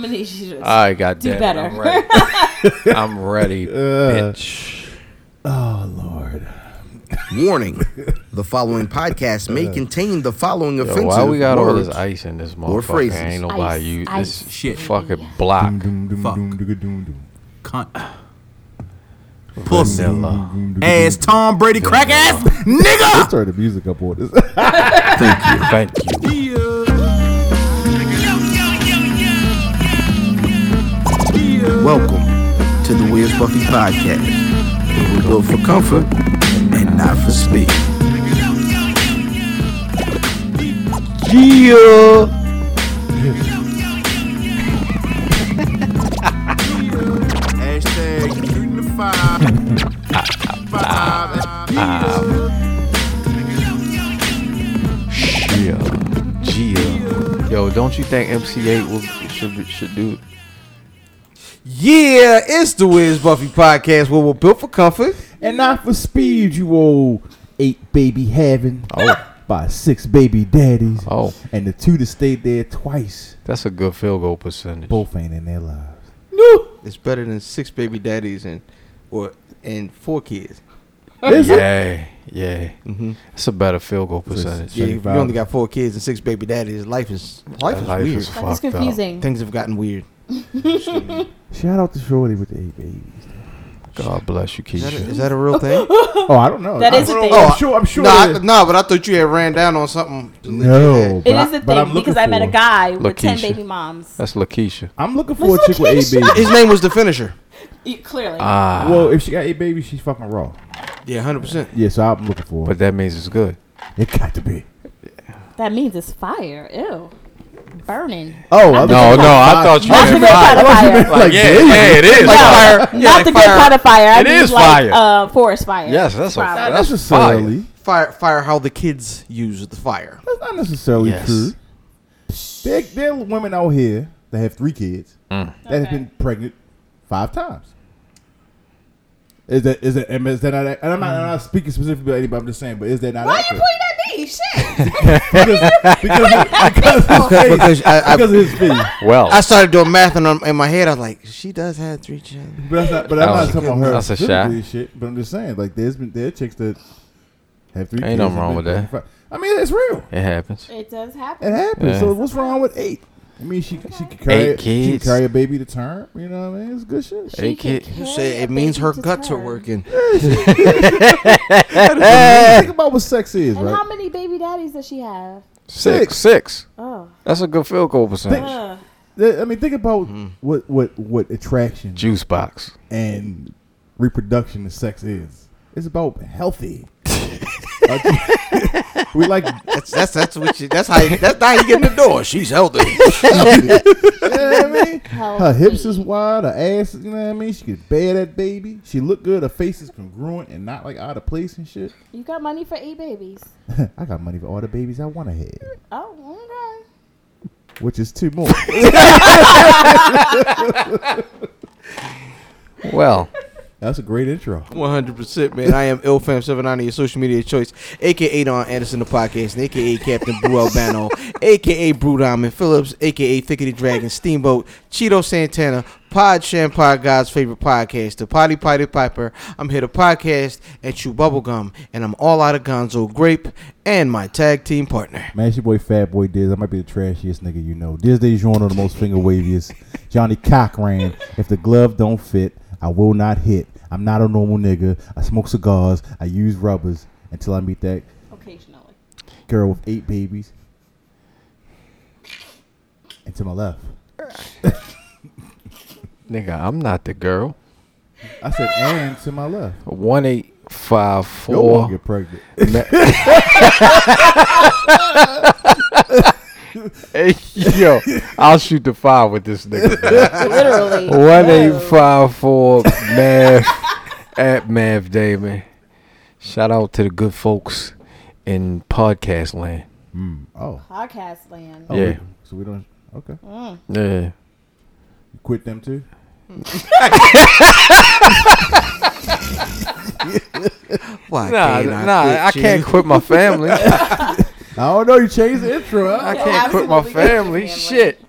gonna need you to. I got Do that. better. I'm ready. I'm ready, bitch. Oh Lord. Warning: The following podcast may contain the following Yo, offensive why we got all words. this ice in this Or motherfucker? phrases. Ain't nobody Ice, you this ice. Shit. shit fucking block. Fuck. Cunt. Pussy. Vanilla. Ass Tom Brady crack ass nigga. Let's turn the music up on this. Thank you. Thank you. Welcome to the Where's Buffy podcast. where We look for comfort and not for speed. Yeah. Hashtag shooting the five. Yeah. Yeah. Yo, don't you think MC8 will, should be- should do? Yeah, it's the Wiz Buffy podcast where we're built for comfort. and not for speed, you old eight baby heaven Oh, by six baby daddies. Oh. And the two that stayed there twice, that's a good field goal percentage. both ain't in their lives. It's better than six baby daddies and or and four kids. Yeah. Yeah. Mm-hmm. That's a better field goal percentage. Yeah, Yeah. if you only got four kids and six baby daddies, life is life is Life weird. is That's fucked up. confusing. Things have gotten weird. Shout out to Shorty with the eight babies. God bless you, Is that, a, Keisha. is that a real thing? Oh, I don't know. That I is a don't thing. know. Oh, I'm sure. I'm sure. no, I, it is. no, but I thought you had ran down on something. no, It but I- is a but I'm thing looking because I met a for- guy with ten Lakeisha. baby moms. That's Lakeisha. I'm looking for a chick with eight babies. His name was the finisher. You- Clearly, Ah. Well, if she got eight babies, she's fucking raw. Yeah, hundred percent. Yeah, so I'm looking for. but But that means it's good. it got to be. that means it's fire. Ew, burning. Oh, No, I thought- no, I thought you Not the meant good fire. kind of fire. Like, yeah, baby. yeah, it is. No, fire. Not Yeah, like the good fire. kind of fire. I It mean, is like, fire. Uh, forest fire. Yes, that's a- Probably. Not that's necessarily. Fire, fire. How the kids use the fire. That's not necessarily Yes. true. There, there are women out here that have three kids Mm. that have been pregnant five times. Is that is that and is that not? And I'm not, I'm not Mm. speaking specifically about anybody. I'm just saying. But is that not? Why you accurate? pointing at me? Shit. because, because, of his face. Because I- I- because of his face. Well, I started doing math in, in my head. I was like, she does have three children. But that's not. But I'm That not was- talking about her. that's a specifically and Shit, but I'm just saying. Like, there's been there are chicks that have three. Ain't kids nothing and wrong with been that. pregnant five- I mean, it's real. it happens. it does It happen. happens. Yeah. So what's wrong with eight? I mean, she she could carry Eight she could kids. carry a baby to term. You know what I mean? It's good shit. Hey, She can kid. carry You say a it means baby her to guts are term. working. Think about what sex is, And right? how many baby daddies does she have? Six. Six. Six. Oh, That's a good field goal percentage. Ugh. Th- I mean, think about Mm-hmm. what what what attraction Juice box. and reproduction and sex is. It's about healthy. Like, we like That's that's that's what she. That's how. You, that's how you get in the door. She's healthy. you know what I mean? healthy. Her hips is wide, her ass, is- you know what I mean? She could bear that baby. She look good, her face is congruent and not like out of place and shit. You got money for eight babies. I got money for all the babies I want to have. Oh, okay. which is two more. Well, That's a great intro. One hundred percent, man. I am ilfam seven ninety, your social media choice, aka Don Anderson, the podcast, and aka Captain Blue Albano, aka Brew Diamond Phillips, aka Thickety Dragon Steamboat, Cheeto Santana, Pod Shampod God's favorite podcast, the Potty Potty Piper. I'm here to podcast and chew bubblegum, and I'm all out of Gonzo Grape and my tag team partner. Man, it's your boy Fat Boy Diz. I might be the trashiest nigga you know. Diz Day Journal, the most finger waviest. Johnny Cochran. If the glove don't fit, I will not hit. I'm not a normal nigga. I smoke cigars. I use rubbers until I meet that Occasionally. girl with eight babies. And to my left, nigga, I'm not the girl. I said, and to my left, One eight five you're gonna four. get pregnant. Hey, yo, I'll shoot the five with this nigga. man. Literally. One No. eight five four Mav at Mav Damon. Shout out to the good folks in podcast land. Oh, Podcast land. oh, Yeah. we- So we don't. Okay, Yeah. you quit them too. Why Nah, can't I nah, quit I you? can't quit my family. I I don't know. You changed the intro. Huh? can't quit my Absolutely quit your family. family. Shit.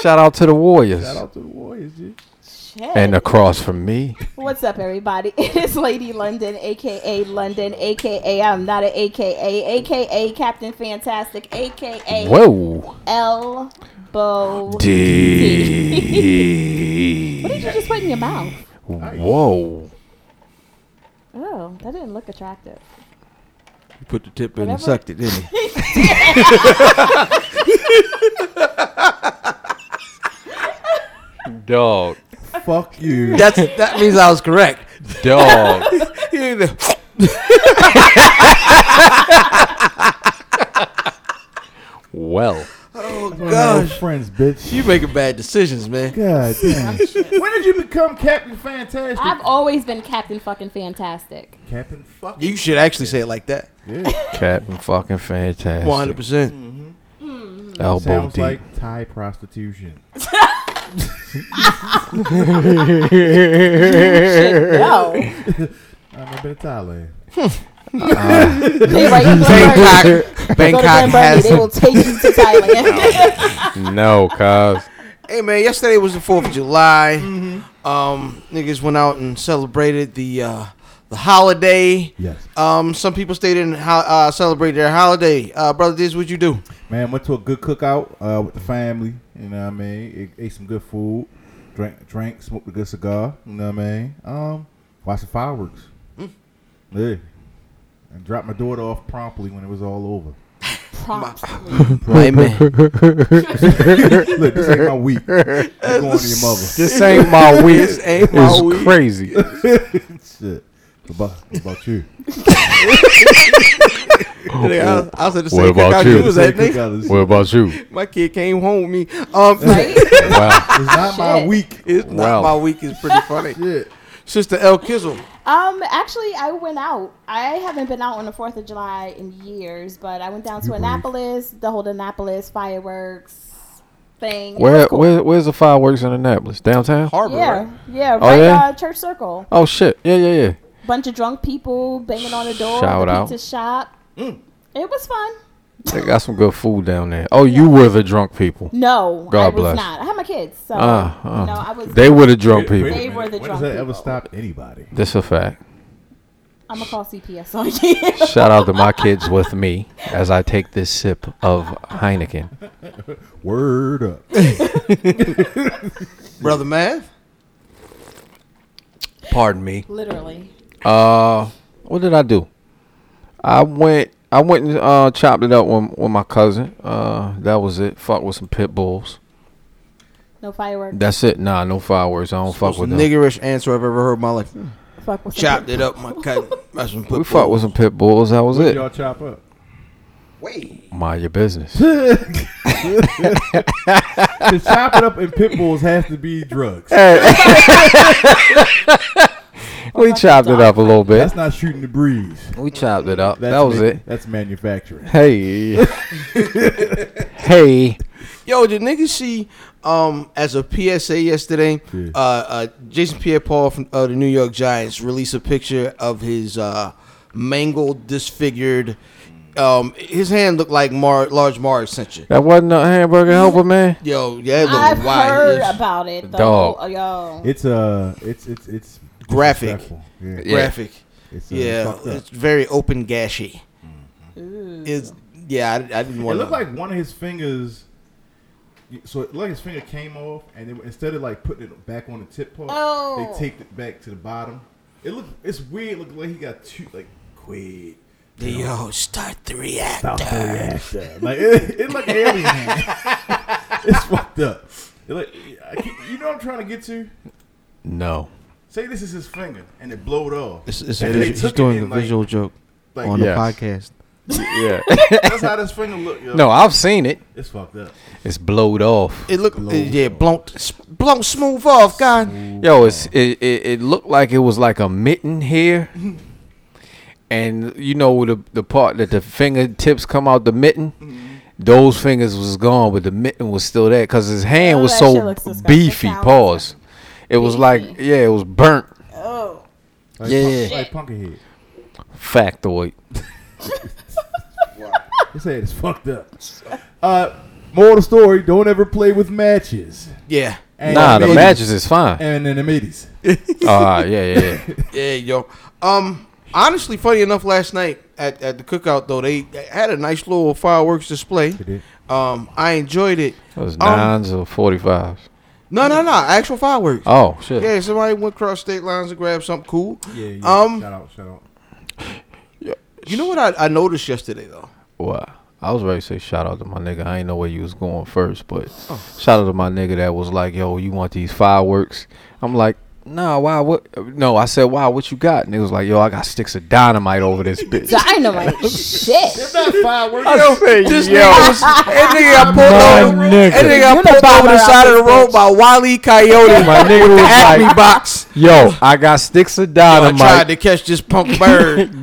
Shout out to the Warriors. Shout out to the Warriors, G. Shit. And uh, across from me, What's up, everybody? It is Lady London, aka London, aka I'm not an aka, aka Captain Fantastic, aka whoa, Elbow. what D, did you just put in your mouth? whoa. Oh, that didn't look attractive. You put the tip in and Whatever. sucked it, didn't you? Dog, Fuck you. That's that means I was correct. dog. well, Gosh. friends, bitch. Oh, You making bad decisions, man. God damn. when did you become Captain Fantastic? I've always been Captain fucking Fantastic. Captain fuck. You should actually say it like that. Yeah. Captain fucking fantastic. One Mm-hmm. hundred percent. Elbow Sounds deep. like Thai prostitution. No. I've never been to Thailand. They right in Bangkok. Go to Bangkok Grand Burmese, has. They will take you to Thailand. no, cuz. Hey man, yesterday was the Fourth of July. Mm-hmm. Um, niggas went out and celebrated the uh, the holiday. Yes. Um, some people stayed in ho- uh, celebrate their holiday. Uh, brother, this what you do? Man, went to a good cookout uh, with the family. You know what I mean? Ate, ate some good food, drank, drank, smoked a good cigar. You know what I mean? Um, watched the fireworks. Yeah, and dropped my daughter off promptly when it was all over. Promptly. Right, man. Look, this ain't my week. You're going to your mother. This ain't my week. This ain't my it's week. crazy. Shit. What about, what about you? I, I was at Oh, What the same about cookout you? you was at, Take nigga. cookout is- what about you? My kid came home with me. Um, Right? Wow. It's not my Shit. week. it's Wow. not my week. It's pretty funny. Shit. Sister El Kizzle. Um, actually, I went out. I haven't been out on the Fourth of July in years, but I went down to Annapolis, the whole Annapolis fireworks thing. It Where, was cool. where where's the fireworks in Annapolis? Downtown? Harbor. Yeah, Right? yeah, right. Oh, yeah? Uh, Church Circle, Oh shit. Yeah, yeah, yeah. bunch of drunk people banging on the door. Shout the out. pizza shop. It was fun. They got some good food down there. Oh, you were the drunk people. No, I God was bless. not. I had my kids, so Ah, ah. you know, I was. They were the drunk Wait a people. They were minute. the when drunk does that ever people. stop anybody? That's a fact. I'm gonna call CPS on you. Shout out to my kids with me as I take this sip of Heineken. Word up. Brother Math. Pardon me. Literally. Uh, what did I do? I went. I went and uh, chopped it up with, with my cousin. Uh, that was it. Fuck with some pit bulls. No fireworks. That's it. Nah, no fireworks. I don't fuck Most with them. niggerish answer I've ever heard in my life. Fuck with the Chopped it up, my cousin. That's some We fuck with some pit bulls. That was What it. y'all chop up? Wait. Mind your business. to chop it up in pit bulls has to be drugs. We chopped it up a little bit. That's not shooting the breeze. We chopped it up. That's That was ma- it. That's manufacturing. Hey. Hey. Yo, did niggas see um as a PSA yesterday, Yeah. uh, uh Jason Pierre Paul from uh, the New York Giants released a picture of his uh mangled, disfigured um his hand looked like Mar- large Mar extension. That wasn't a hamburger helper, man. Yo, yeah, it looked I've wild. heard about it. The Dog. whole- yo. It's uh, it's it's it's Graphic. disrespectful. Yeah, Yeah. graphic. It's, uh, Yeah, fucked up. it's very open gashy. Mm-hmm. It's yeah, I, I didn't it want looked like one of his fingers. So it, like his finger came off, and it, instead of like putting it back on the tip part, Oh. they taped it back to the bottom. It looked it's weird. Looked like he got two like quid. yo start the react. About the reactor. Like it, it like alien. it's fucked up. It like I can't- you know what I'm trying to get to. No. Say this is his finger, and it blowed off. It's, it's a And visual, they he's took it doing a and, like- visual joke Like on Yes. the podcast. Yeah. that's how this finger looked. Yo. no, I've seen it. it's fucked up. It's blowed off. It looked, Blow. yeah, blunt, s- blunt, smooth off, God. Yo, it's it, it, it looked like it was like a mitten here. And you know the the part that the fingertips come out the mitten, Mm-hmm. those fingers was gone, but the mitten was still there because his hand Oh, was that shit so looks disgusting. beefy. It sounds Pause. It was like Beefy. yeah, it was burnt Oh. Like Yeah, punk, yeah. like Punkerhead. factoid. This head is fucked up. Uh, Moral story: Don't ever play with matches. Yeah. And nah, the middies. matches is fine. and then the middies. Ah, yeah, yeah, yeah. Yeah, yo. Um, honestly, funny enough, last night at, at the cookout though, they had a nice little fireworks display. did. Um, I enjoyed it. That was Um, nines or forty fives. No, no, no, actual fireworks. Oh shit. Yeah, somebody went across state lines and grabbed something cool. Yeah, yeah. Um, shout out, shout out. You know what I, I noticed yesterday though? Wow. I was ready to say shout out to my nigga. I ain't know where you was going first, but shout out to my nigga that was like, "Yo, you want these fireworks?" I'm like, "Nah, why? What? No." I said, "Wow, what you got?" And it was like, "Yo, I got sticks of dynamite over this bitch." Dynamite. Shit. I said, This "Yo, nigga was that my nigga got pulled over. nigga, That nigga got pulled over the side of the road by Wiley Coyote. my nigga was Acme like, box. yo, I got sticks of I tried dynamite. to catch this punk bird.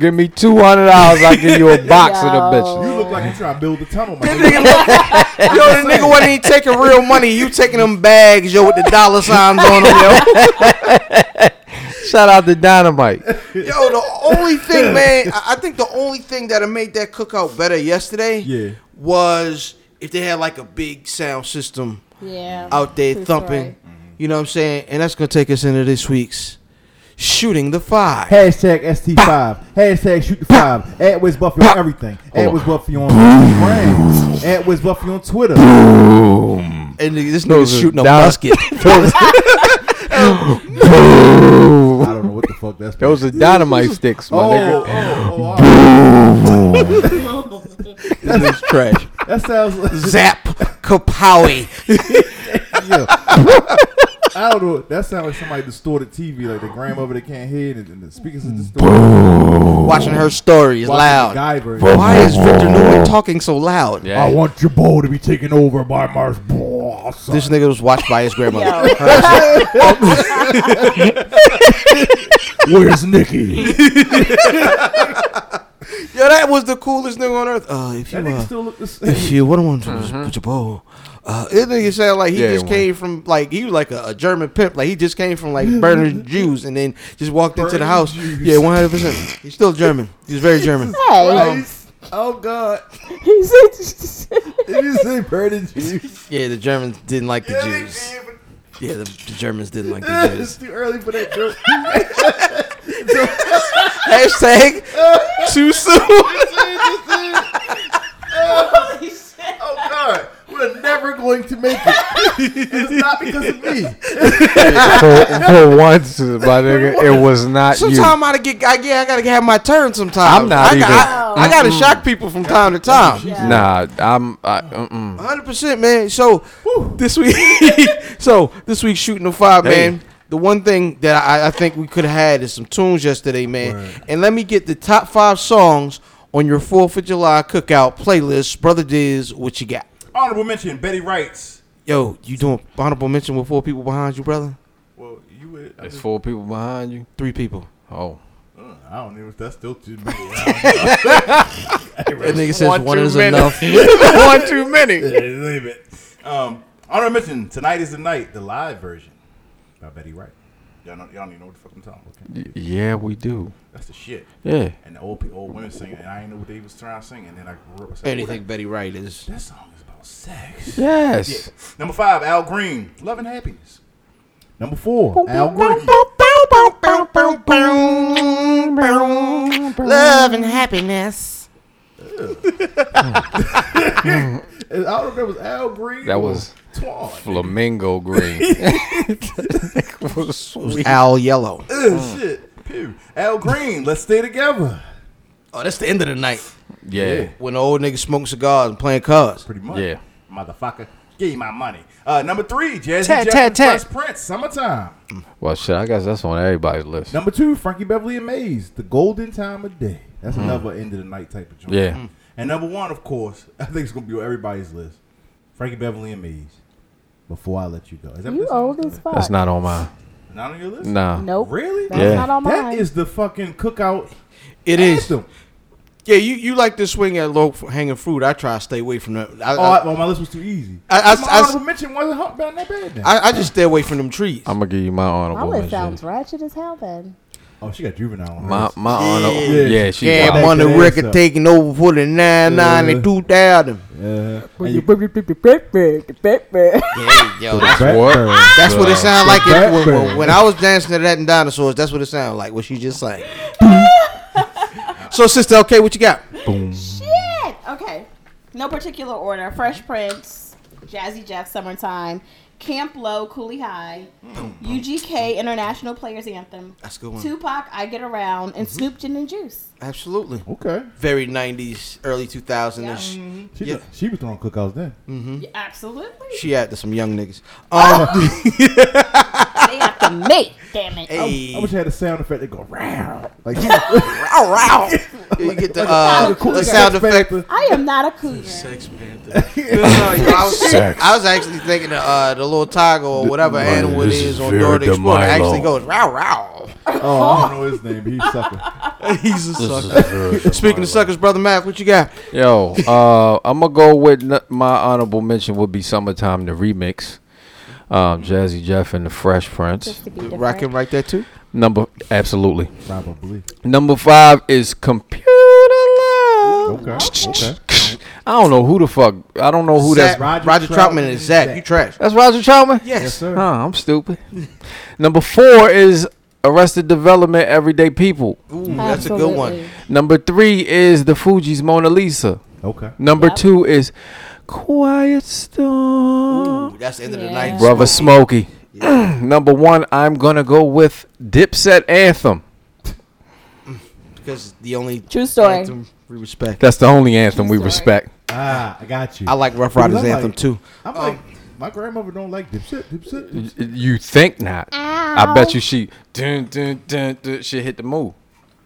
give me two hundred dollars, I give you a box of the bitch." Yo. You look like you trying to build a tunnel, my That nigga. nigga look- yo, the nigga wasn't even taking real money. You taking them bags, yo, with the dollar signs on them, yo. Shout out to dynamite. Yo, the only thing, man, I I think the only thing that'll make that cookout better yesterday Yeah. was if they had like a big sound system Yeah. out there True thumping. story. You know what I'm saying? And that's gonna take us into this week's shooting the five. Hashtag ST5. Hashtag shoot the five. At Wiz Buffy on everything. At Wiz Buffy on Instagram. At Wiz Buffy on Twitter. And nigga, this nigga's Those are shooting a dollar- musket. I don't know what the fuck that's. Those are dynamite sticks, my oh, nigga. oh, oh, all right. This is trash. oh. that sounds. Like, Zap kapowie. yeah. I don't know. That sounds like somebody distorted TV, like the grandmother that can't hear, and, and the speakers are distorted. Watching her story is loud. Guyver. Why is Victor Newman talking so loud? Yeah. want your bowl to be taken over by Mars. Boss. This nigga was watched by his grandmother. Where's Nikki? Yo, that was the coolest nigga on earth. Uh, if you, that nigga uh, still look the same. if you, what I want to mm put your bowl. Uh, it nigga sound like he Mm-hmm. Yeah, just he came from like he was like a, a German pimp, like he just came from like burning Jews and then just walked into the Burning house. Jews. Yeah, one hundred percent. He's still German. He's very German. Hey. Oh God! He said- Did you say burning juice? Yeah, the Germans didn't like the Jews. Yeah, the, the Germans didn't like the it's Jews. too early for that joke. Hashtag too soon. Oh God! We're never going to make it. it's not because of me. for, for once, my nigga, it was not you. Sometimes I gotta get, I, yeah, I gotta have my turn. Sometimes I'm not I, even- I, I gotta shock people from time to time. Nah, I'm. I, mm-mm. hundred percent, man. So this week, so this week shooting the five, Hey. man. The one thing that I, I think we could have had is some tunes yesterday, man. And let me get the top five songs on your Fourth of July cookout playlist, brother. Diz, what you got? Honorable mention, Betty Wrights. Yo, you doing honorable mention with four people behind you, brother? Well, you would. I, uh, There's four people behind you. Three people. Oh, I don't even. That's still too many. That nigga says one is enough. one too many. Leave it. um, honorable mention. Tonight is the night. The live version by Betty Wright. Y'all, know, y'all don't even know what the fuck I'm talking. about, Okay, Yeah, we do. that's the shit. Yeah. And the old pe- old women singing, and I didn't know what they was trying to sing. And then I grew up. I said, Anything Betty Wright is. "Oh, that, that song is about sex. Yes. Number five, Al Green, Love and Happiness. Number four, Al Green. Love and happiness. I don't remember was Al Green. That or was Twan. Flamingo green. Al Yellow. Ugh, Shit. Pew. Al Green, let's stay together. Oh, that's the end of the night. Yeah. when the old niggas smoking cigars and playing cards. Pretty much. Yeah. Motherfucker, give me my money. Uh, number three, Jazzy Tat, Jeff tat, and tat. Fresh Prince, Summertime. Well, shit. I guess that's on everybody's list. Number two, Frankie Beverly and Mays, The Golden Time of Day. That's another end of the night type of joint. Yeah. Mm. And number one, of course, I think it's going to be on everybody's list. Frankie Beverly and Mays. Before I let you go, is that what You this song old is? as fuck. That's not on mine. Not on your list? Nah. Nope. Really? That's Yeah. not on mine. That is the fucking cookout. It is. anthem. Yeah, you, you like to swing at low f- hanging fruit. I try to stay away from that. I, Oh, I, I- oh, my list was too easy. Uh, I- I- my I- honorable mention wasn't hot down that bad. Then. I, I just stay away from them trees. I'm gonna give you my My honorable list mention. sounds ratchet as hell then. Oh, she got juvenile. on My hers. my honor, Yeah. yeah, she Yeah, wild. I'm on the Back that ass record up. taking over for the 99 Uh. and 2000. Yeah. And you- That's Hey, yo, the that's, Bat what? Bird. that's what it sounded like it- when, when, Blackbird. when I was dancing to that in Dinosaurs. That's what it sounded like, what she just sang. so, Sister okay, what you got? Boom. it. Okay. No particular order. Fresh Prince, Jazzy Jeff, Summertime, Camp Low, Cooley High, UGK, International Players Anthem, Mm-hmm. That's a good one. Mm-hmm. Tupac, I Get Around, and Snoop Gin and Juice. Absolutely. Okay. Very 90s, early 2000s. She, Yeah. she was throwing cookouts then. Yeah, absolutely. She after some young niggas. Um, they have to make, damn it. hey, I wish I had a sound effect that go round. Like, Row, row. you get the, uh, Like a cool the guy. sound effect. I am not a cougar. Sex Panther. I, was, I was actually thinking the, uh, the little tiger or whatever Right, animal it this is is on very Dora the Explorer DeMilo. actually goes row row. oh, I don't know his name. but He's sucking. He's a This sucker. is very Speaking of remarkable. suckers, brother Matt, what you got? Yo, uh, I'm gonna go with n- my honorable mention would be "Summertime" the remix, um, Jazzy Jeff and the Fresh Prince. Just to be different. Rocking right there too. Number absolutely. Probably. Number five is "Computer Love." Okay. Okay. I don't know who the fuck. I don't know who Zach, that's. Roger, Roger Troutman, Troutman and and Zach. Zach. You trash. That's Roger Troutman. Yes, Yes. sir. Huh, I'm stupid. Number four is Arrested Development, Everyday People. Ooh, that's a good one. Absolutely. Number three is The Fuji's Mona Lisa. Okay. Number Yep. two is Quiet Storm. Ooh, that's the end of the Yeah. night. Brother Smokey. Number one, I'm gonna go with Dipset Anthem. because the only True story. anthem we respect. That's the only anthem we Sorry. respect. Ah, I got you. I like Rough Riders Because I'm anthem like- too. I'm like, my grandmother don't like dipset. Dipset. Y- dipset. You think not? I bet you she dun, dun, dun, dun, she hit the move.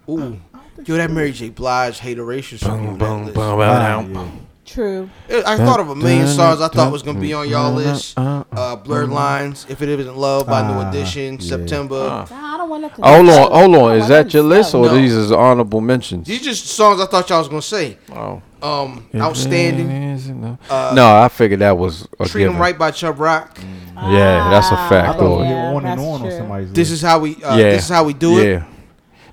Ooh, yo, that Mary J. Blige hateration Boom, song. boom, boom, Boom, boom, Ah, boom. yeah. True. I thought of a million songs I thought was gonna be on y'all list. Uh, Blurred Lines, If It Isn't Love by New Ah, Edition, yeah. September. Nah, I don't want to. Hold on, hold on. Is that your list or No. these is honorable mentions? These just songs I thought y'all was gonna say. Oh. Um, Outstanding, Uh, no, I figured that was a Treat 'Em given. Right by Chub Rock. Yeah, that's a I fact, thought we though. were Yeah, on and that's on on true. somebody's This list. is how we. Uh, yeah, This is how we do it. Yeah.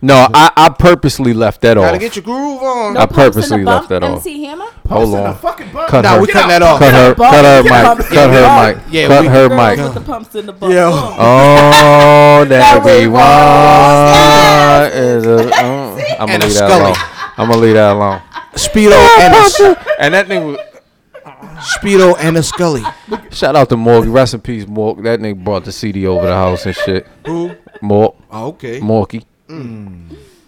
No, I, I purposely left that Gotta off. get your groove on. I purposely left that off. MC Hammer? Hold Listen, on. the fucking button. Cut Nah, her. we cutting that off. Cut her, cut her mic. Cut her mic. Oh, Yeah, cut we- her Girls mic. with the pumps in the bump. Yo. Boom. Oh, that we want is a. Uh, I'm gonna And a leave that scully. alone. I'm gonna leave that alone. Speedo and a, And that thing was. Speedo and a Scully. Shout out to Morg. Rest in peace, Morg. That nigga brought the CD over the house and shit. Who? Morg, Oh, okay. Morky.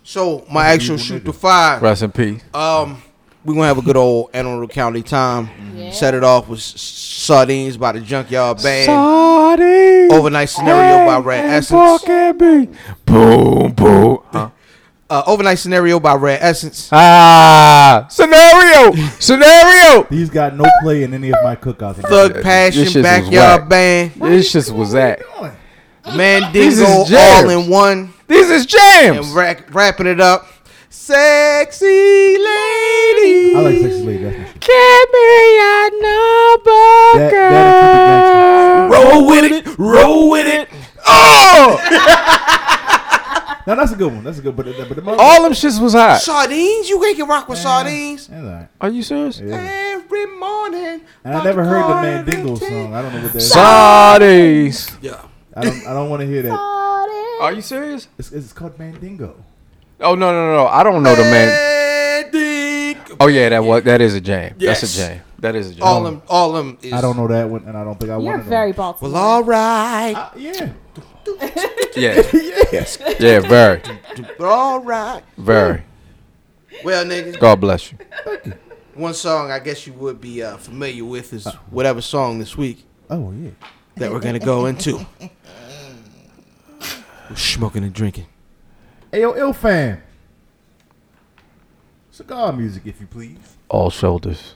So my actual shoot to five. Rest in peace. Um, we gonna have a good old Antelope County time. Yeah. Set it off with s- sardines by the Junkyard Band. Sorry. Overnight Scenario by Red Essence. Boom, boom. Uh, Overnight Scenario by Red Uh, Essence. Ah, scenario, scenario. These got no play in any of my cookouts. This Thug shit Passion was Backyard whack. Band. This shit was that. These Mandingo is all jams. in one. This is And jams. ra- wrapping it up. Sexy lady. I like sexy lady. That's my shit. Give me your number, That- that girl. Roll with it. Roll with it. Oh, No, that's a good one. That's a good. But but the mother. all them shits was hot. Sardines. You ain't can rock with sardines. That's all right. Are you serious? Yeah. Every morning. And I never heard the Mandingo Mandingo song. I don't know what that is. Sardines. Yeah. I don't. I don't want to hear that. Are you serious? It's, it's called Mandingo. Oh no no no! I don't know the man. Mandingo. Oh yeah, that was that is a jam. Yes. That's a jam. That is a jam. All them. All them. Is, I don't know that one, and I don't think I You're want to. very Baltimore. Well, all right. know. Yeah. Yeah. Yeah. Very. All right. Very. Well, nigga, God bless you. one song I guess you would be uh, familiar with is whatever song this week Oh yeah. that we're gonna go into. We're smoking and drinking. AOL fam. Cigar music, if you please. All shoulders.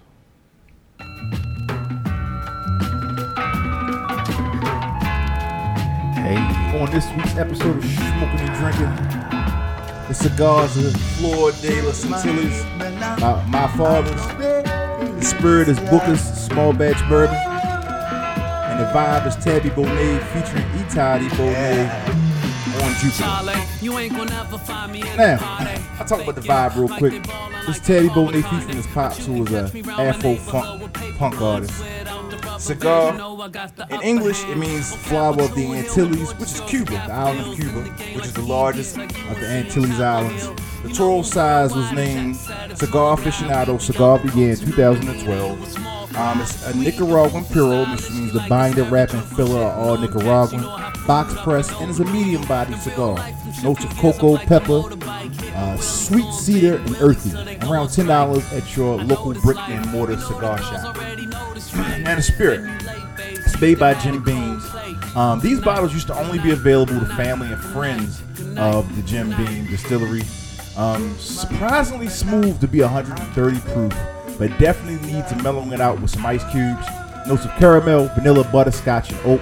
Hey. On this week's episode of Smoking and Drinking, the cigars of Lord De La Centillas. my, my father's. The spirit is Booker's Small Batch Bourbon. And the vibe is Tabby Bonet featuring Itadi Bonet. on Jupiter. You ain't gonna never find me at Now, the party. I talk about the vibe real quick. This Teddy Bonet featuring his pops, who was a Afro funk punk artist. Cigar. In English, it means flower of the Antilles, which is Cuba, the island of Cuba, which is the largest of the Antilles Islands. The Toro size was named Cigar Aficionado. Cigar began in 2012. Um, it's a Nicaraguan puro, which means the binder, wrap, and filler are all Nicaraguan. Box press and is a medium-bodied cigar. Notes of cocoa, pepper, uh, sweet cedar, and earthy. Around ten dollars at your local brick and mortar cigar shop. and a spirit. It's made by Jim Beam. Um, these bottles used to only be available to family and friends of the Jim Beam distillery. Um, surprisingly smooth to be 130 proof, but definitely needs to mellowing it out with some ice cubes. Notes of caramel, vanilla, butterscotch, and oak.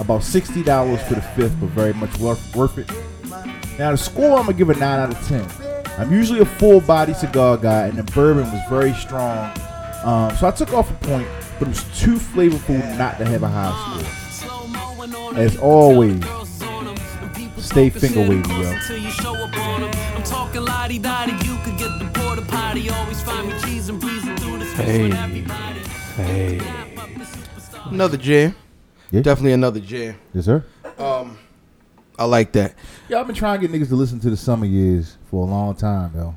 About $60 for the fifth, but very much worth, worth it. Now the score, I'm gonna give a nine out of ten. I'm usually a full body cigar guy, and the bourbon was very strong, um, so I took off a point, but it was too flavorful not to have a high score. As always, stay finger wavy, yo. till you show up on 'em. I'm talking lottie dottie, you could get the porta potty. Always find me cheese and breezing through the streets with everybody. Another jam. Yeah. Definitely another jam. Yes, sir. I like that. Y'all been trying to get niggas to listen to the summer years for a long time, yo.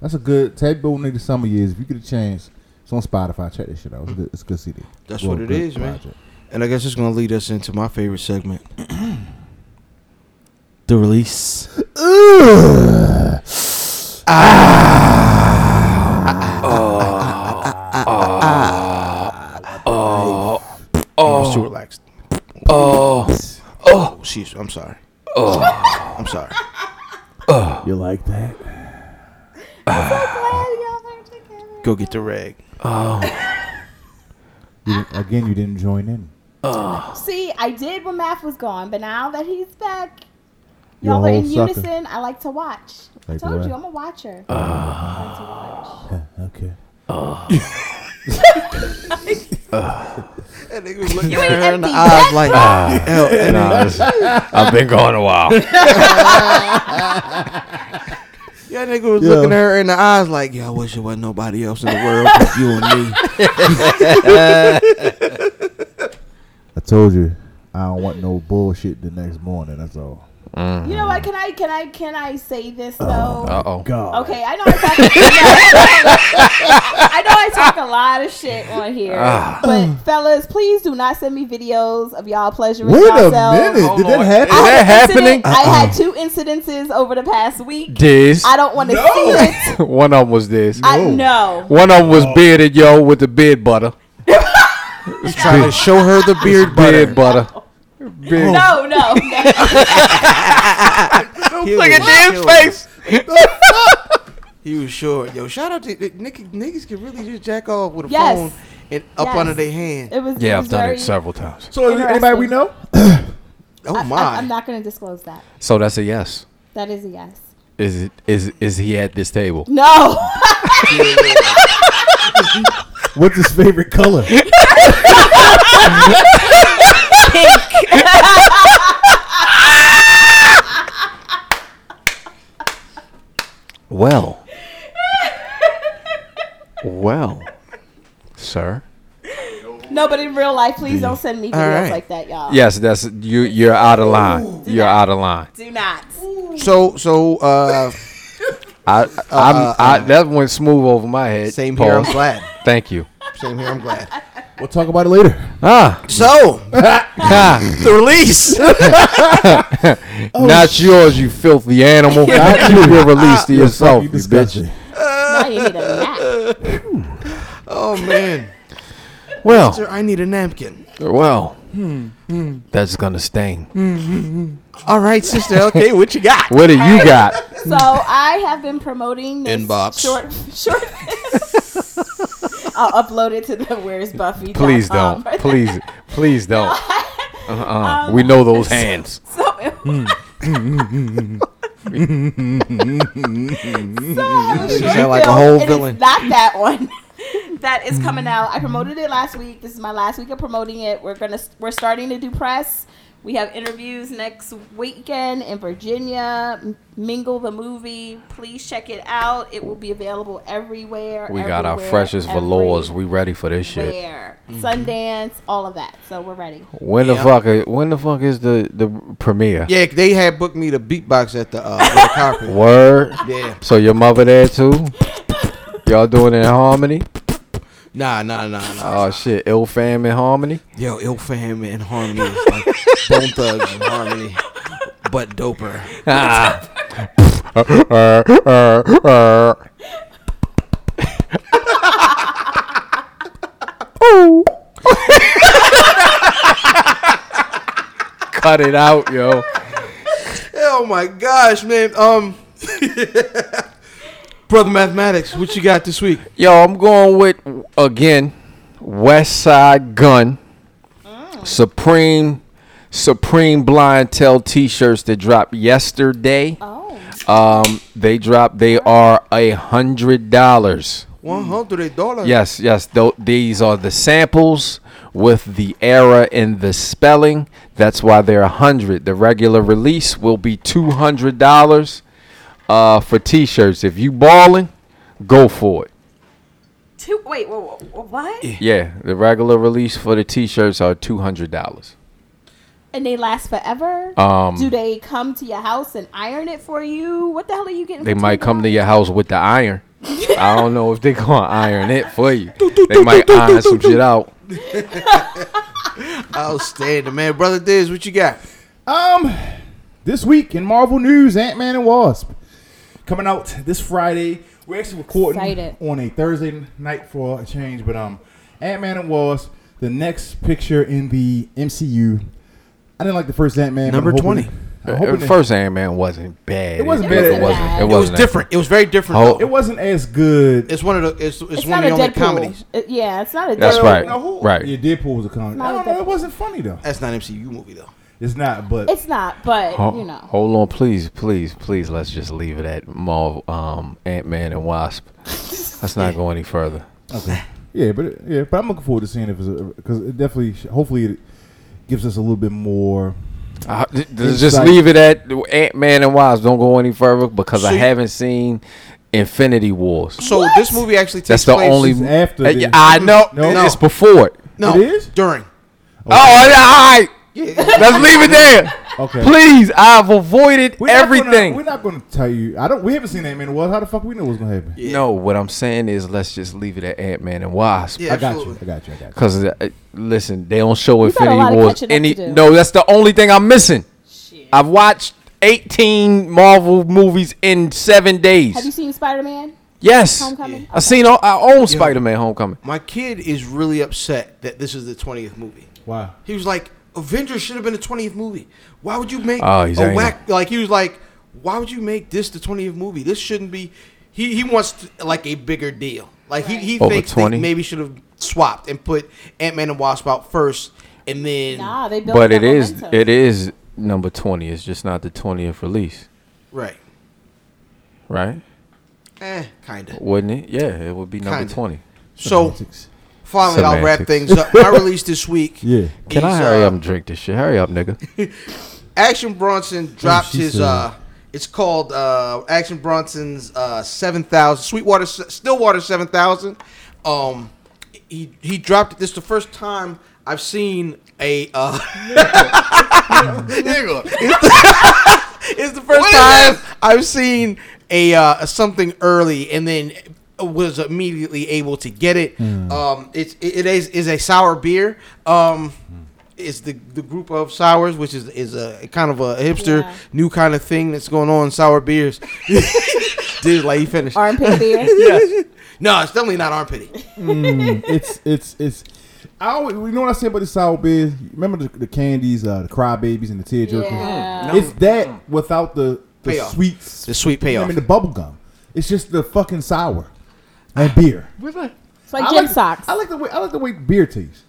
That's a good Ted Bo nigga summer years. If you get a chance, it's on Spotify. Check this shit out. It's a good, it's a good CD. That's Well, what it good is, man. project. And I guess it's gonna lead us into my favorite segment. the release. Oh. I'm too relaxed. Oh. Oh. She's. I'm sorry. Oh. I'm sorry. You like that? Go get the rag. You didn't- again, you didn't join in. See, I did when Math was gone, but now that he's back, You're y'all a are whole in sucker. unison. I like to watch. I Like to told what? you, I'm a watcher. Uh, Huh, okay. That nigga was looking You ain't at her in the empty eyes like, hell, and Nah, this- I've been gone a while. yeah, that nigga was Yeah. looking at her in the eyes like, yeah, I wish there wasn't nobody else in the world but you and me. I told you, I don't want no bullshit the next morning. That's all. You know what? Can I can I can I say this though? Uh oh. God. Okay, I know I talk. I know I talk a lot of shit on here, but fellas, please do not send me videos of y'all pleasuring Wait a yourselves. minute. Did Lord. that happen? I had that an incident- happening? I had two incidences over the past week. This. I don't want to see it. One of them was this. I know. One of them Oh. was bearded, yo, with the beard butter. trying to show her the beard butter. Beard butter. Oh, Beard. No, no. no. Look at His face. He was short. Yo, shout out to niggas, niggas can really just jack off with a Yes. phone and up Yes. under their hand. It was. it Yeah, was I've done very- it several times. So, is it anybody we Interesting. know? Oh my. I, am not going to disclose that. So that's a yes. That is a yes. Is it? Is is he at this table? No. What's his favorite color? Well. well, sir. no, but in real life, please don't send me videos right. like that, y'all. Yes, that's you. You're out of line. You're out of line. Do not. so so uh I, I'm, I, that went smooth over my head. same here. I'm Pause. glad. Thank you. Same here. I'm glad. We'll talk about it later. Ah, So ha, the release. not yours, you filthy animal. Not you. You're released to yourself, Oh, you You bitch. disgusting. Now you need a nap. oh man, Well, sir, I need a napkin. well, that's gonna stain. All right, sister. Okay, what you got? What do you got? So I have been promoting this Inbox. short short. I'll upload it to the Where's Buffy. Please don't. Please, please don't. Uh-uh. We know those hands. So, so I have a short sound like film, a whole and it's villain. Mm. not that one. that is coming out. I promoted it last week. This is my last week of promoting it. We're gonna we're starting to do press. We have interviews next weekend in Virginia. M- Mingle the movie. Please check it out. It will be available everywhere. We got our everywhere, freshest velours. We ready for this shit. everywhere. Sundance, all of that. So we're ready. When the Yeah. fuck? Is, when the fuck is the the premiere? Yeah, they had booked me to beatbox at the uh, at the conference. Word. Yeah. So your mother there too? Y'all doing it in harmony? Nah, nah, nah, nah. Oh shit, ill fam in harmony. Yo, ill fam and harmony is like bone thugs and harmony, but doper. Ah. Cut it out, yo. Oh my gosh, man. Um, brother mathematics, what you got this week? Yo, I'm going with again West Side Gun Supreme Supreme Blind Tell t-shirts that dropped yesterday. Oh, Um, they dropped. They are a hundred dollars. One hundred dollars. Yes, yes. Tho- these are the samples with the error in the spelling. That's why they're a hundred. The regular release will be two hundred dollars uh, for t-shirts. If you balling, go for it. two. Wait, whoa, whoa, whoa, what? Yeah, the regular release for the t-shirts are two hundred dollars. And they last forever. Um, Do they come to your house and iron it for you? What the hell are you getting? They for might come to $20? your house with the iron. I don't know if they gonna iron it for you. They might iron some shit out. Outstanding, man. Brother Diz, what you got? Um, this week in Marvel news, Ant Man and Wasp coming out this Friday. We're actually recording Excited. on a Thursday night for a change, but um, Ant Man and Wasp, the next picture in the MCU. I didn't like the first Ant Man. Number 20. I'm hoping Uh, First Iron Man wasn't bad. It wasn't bad. It wasn't. bad. It It, It was wasn't that- different. It was very different. Oh. though. it wasn't as good. It's one of the. It's, it's, It's one not of a the only Deadpool. comedies. Uh, yeah, it's not a. That's Deadpool. right. Now, who- right. Yeah, Deadpool was a comedy. Not I a don't know. Deadpool. It wasn't funny though. That's not MCU movie though. It's not, but It's not, but Ho- you know. Hold on, please, please, please. Let's just leave it at Marvel, um, Ant Man, and Wasp. Let's not go any further. Yeah, but it- yeah, but I'm looking forward to seeing if it's because it definitely, sh- hopefully, it gives us a little bit more. Uh, th- th- It's just like- leave it at Ant Man and Wasp. Don't go any further because I So you- haven't seen Infinity Wars. So this movie actually takes That's the place only. It's after Uh, the- yeah, I know. No. It's before it. No, It is? during. Oh, all right. Let's leave it there. Okay. Please, I've avoided everything. Not gonna, we're not going to tell you. I don't. We haven't seen that man. Well, how the fuck we know what's gonna happen? No, what I'm saying is let's just leave it at Ant Man and Wasp. Yeah, I got absolutely. you. I got you. I got you. Because uh, listen, they don't show You got a lot Infinity of Wars. catching up Any to do. no, that's the only thing I'm missing. I've watched 18 Marvel movies in seven days. Have you seen Spider Man? yes, Homecoming? I seen all, I own Spider-Man Homecoming. My kid is really upset that this is the twentieth movie. Wow. He was like, Avengers should have been the twentieth movie. Why would you make Oh, he's a angry. whack? Like he was like, why would you make this the twentieth movie? This shouldn't be. He he wants to, like a bigger deal. Like he he Over thinks 20? they maybe should have swapped and put Ant Man and Wasp out first, and then Nah, they built. But that it is momentum. it is number 20. It's just not the 20th release, right, right? eh, kinda. Wouldn't it? Yeah, it would be number Kinda. 20. So finally, I'll wrap Semantics. things up. My release this week. Yeah. Can I is, hurry uh, up and drink this shit? Hurry up, nigga. Action Bronson dropped she his. said. uh It's called uh Action Bronson's uh seven thousand Sweetwater S- Stillwater seven thousand. Um, he he dropped it. This is the first time I've seen a. uh Nigga. It's the, it's the first time I've seen a uh, something early and then was immediately able to get it. Um, it's it is is a sour beer. Um, it's the the group of sours, which is is a kind of a hipster Yeah. new kind of thing that's going on. Sour beers. Dude, like you finished. Armpit beer. No, it's definitely not armpity. it's it's it's. I always, you know what I say about the sour beer? Remember the, the candies, uh, the crybabies, and the tear jerkers? Yeah. It's that without the, the Payoff. sweet, The sweet I payoff. mean, the bubble gum. It's just the fucking sour and beer. It's like I gym like, socks. I like the way I like the way beer tastes.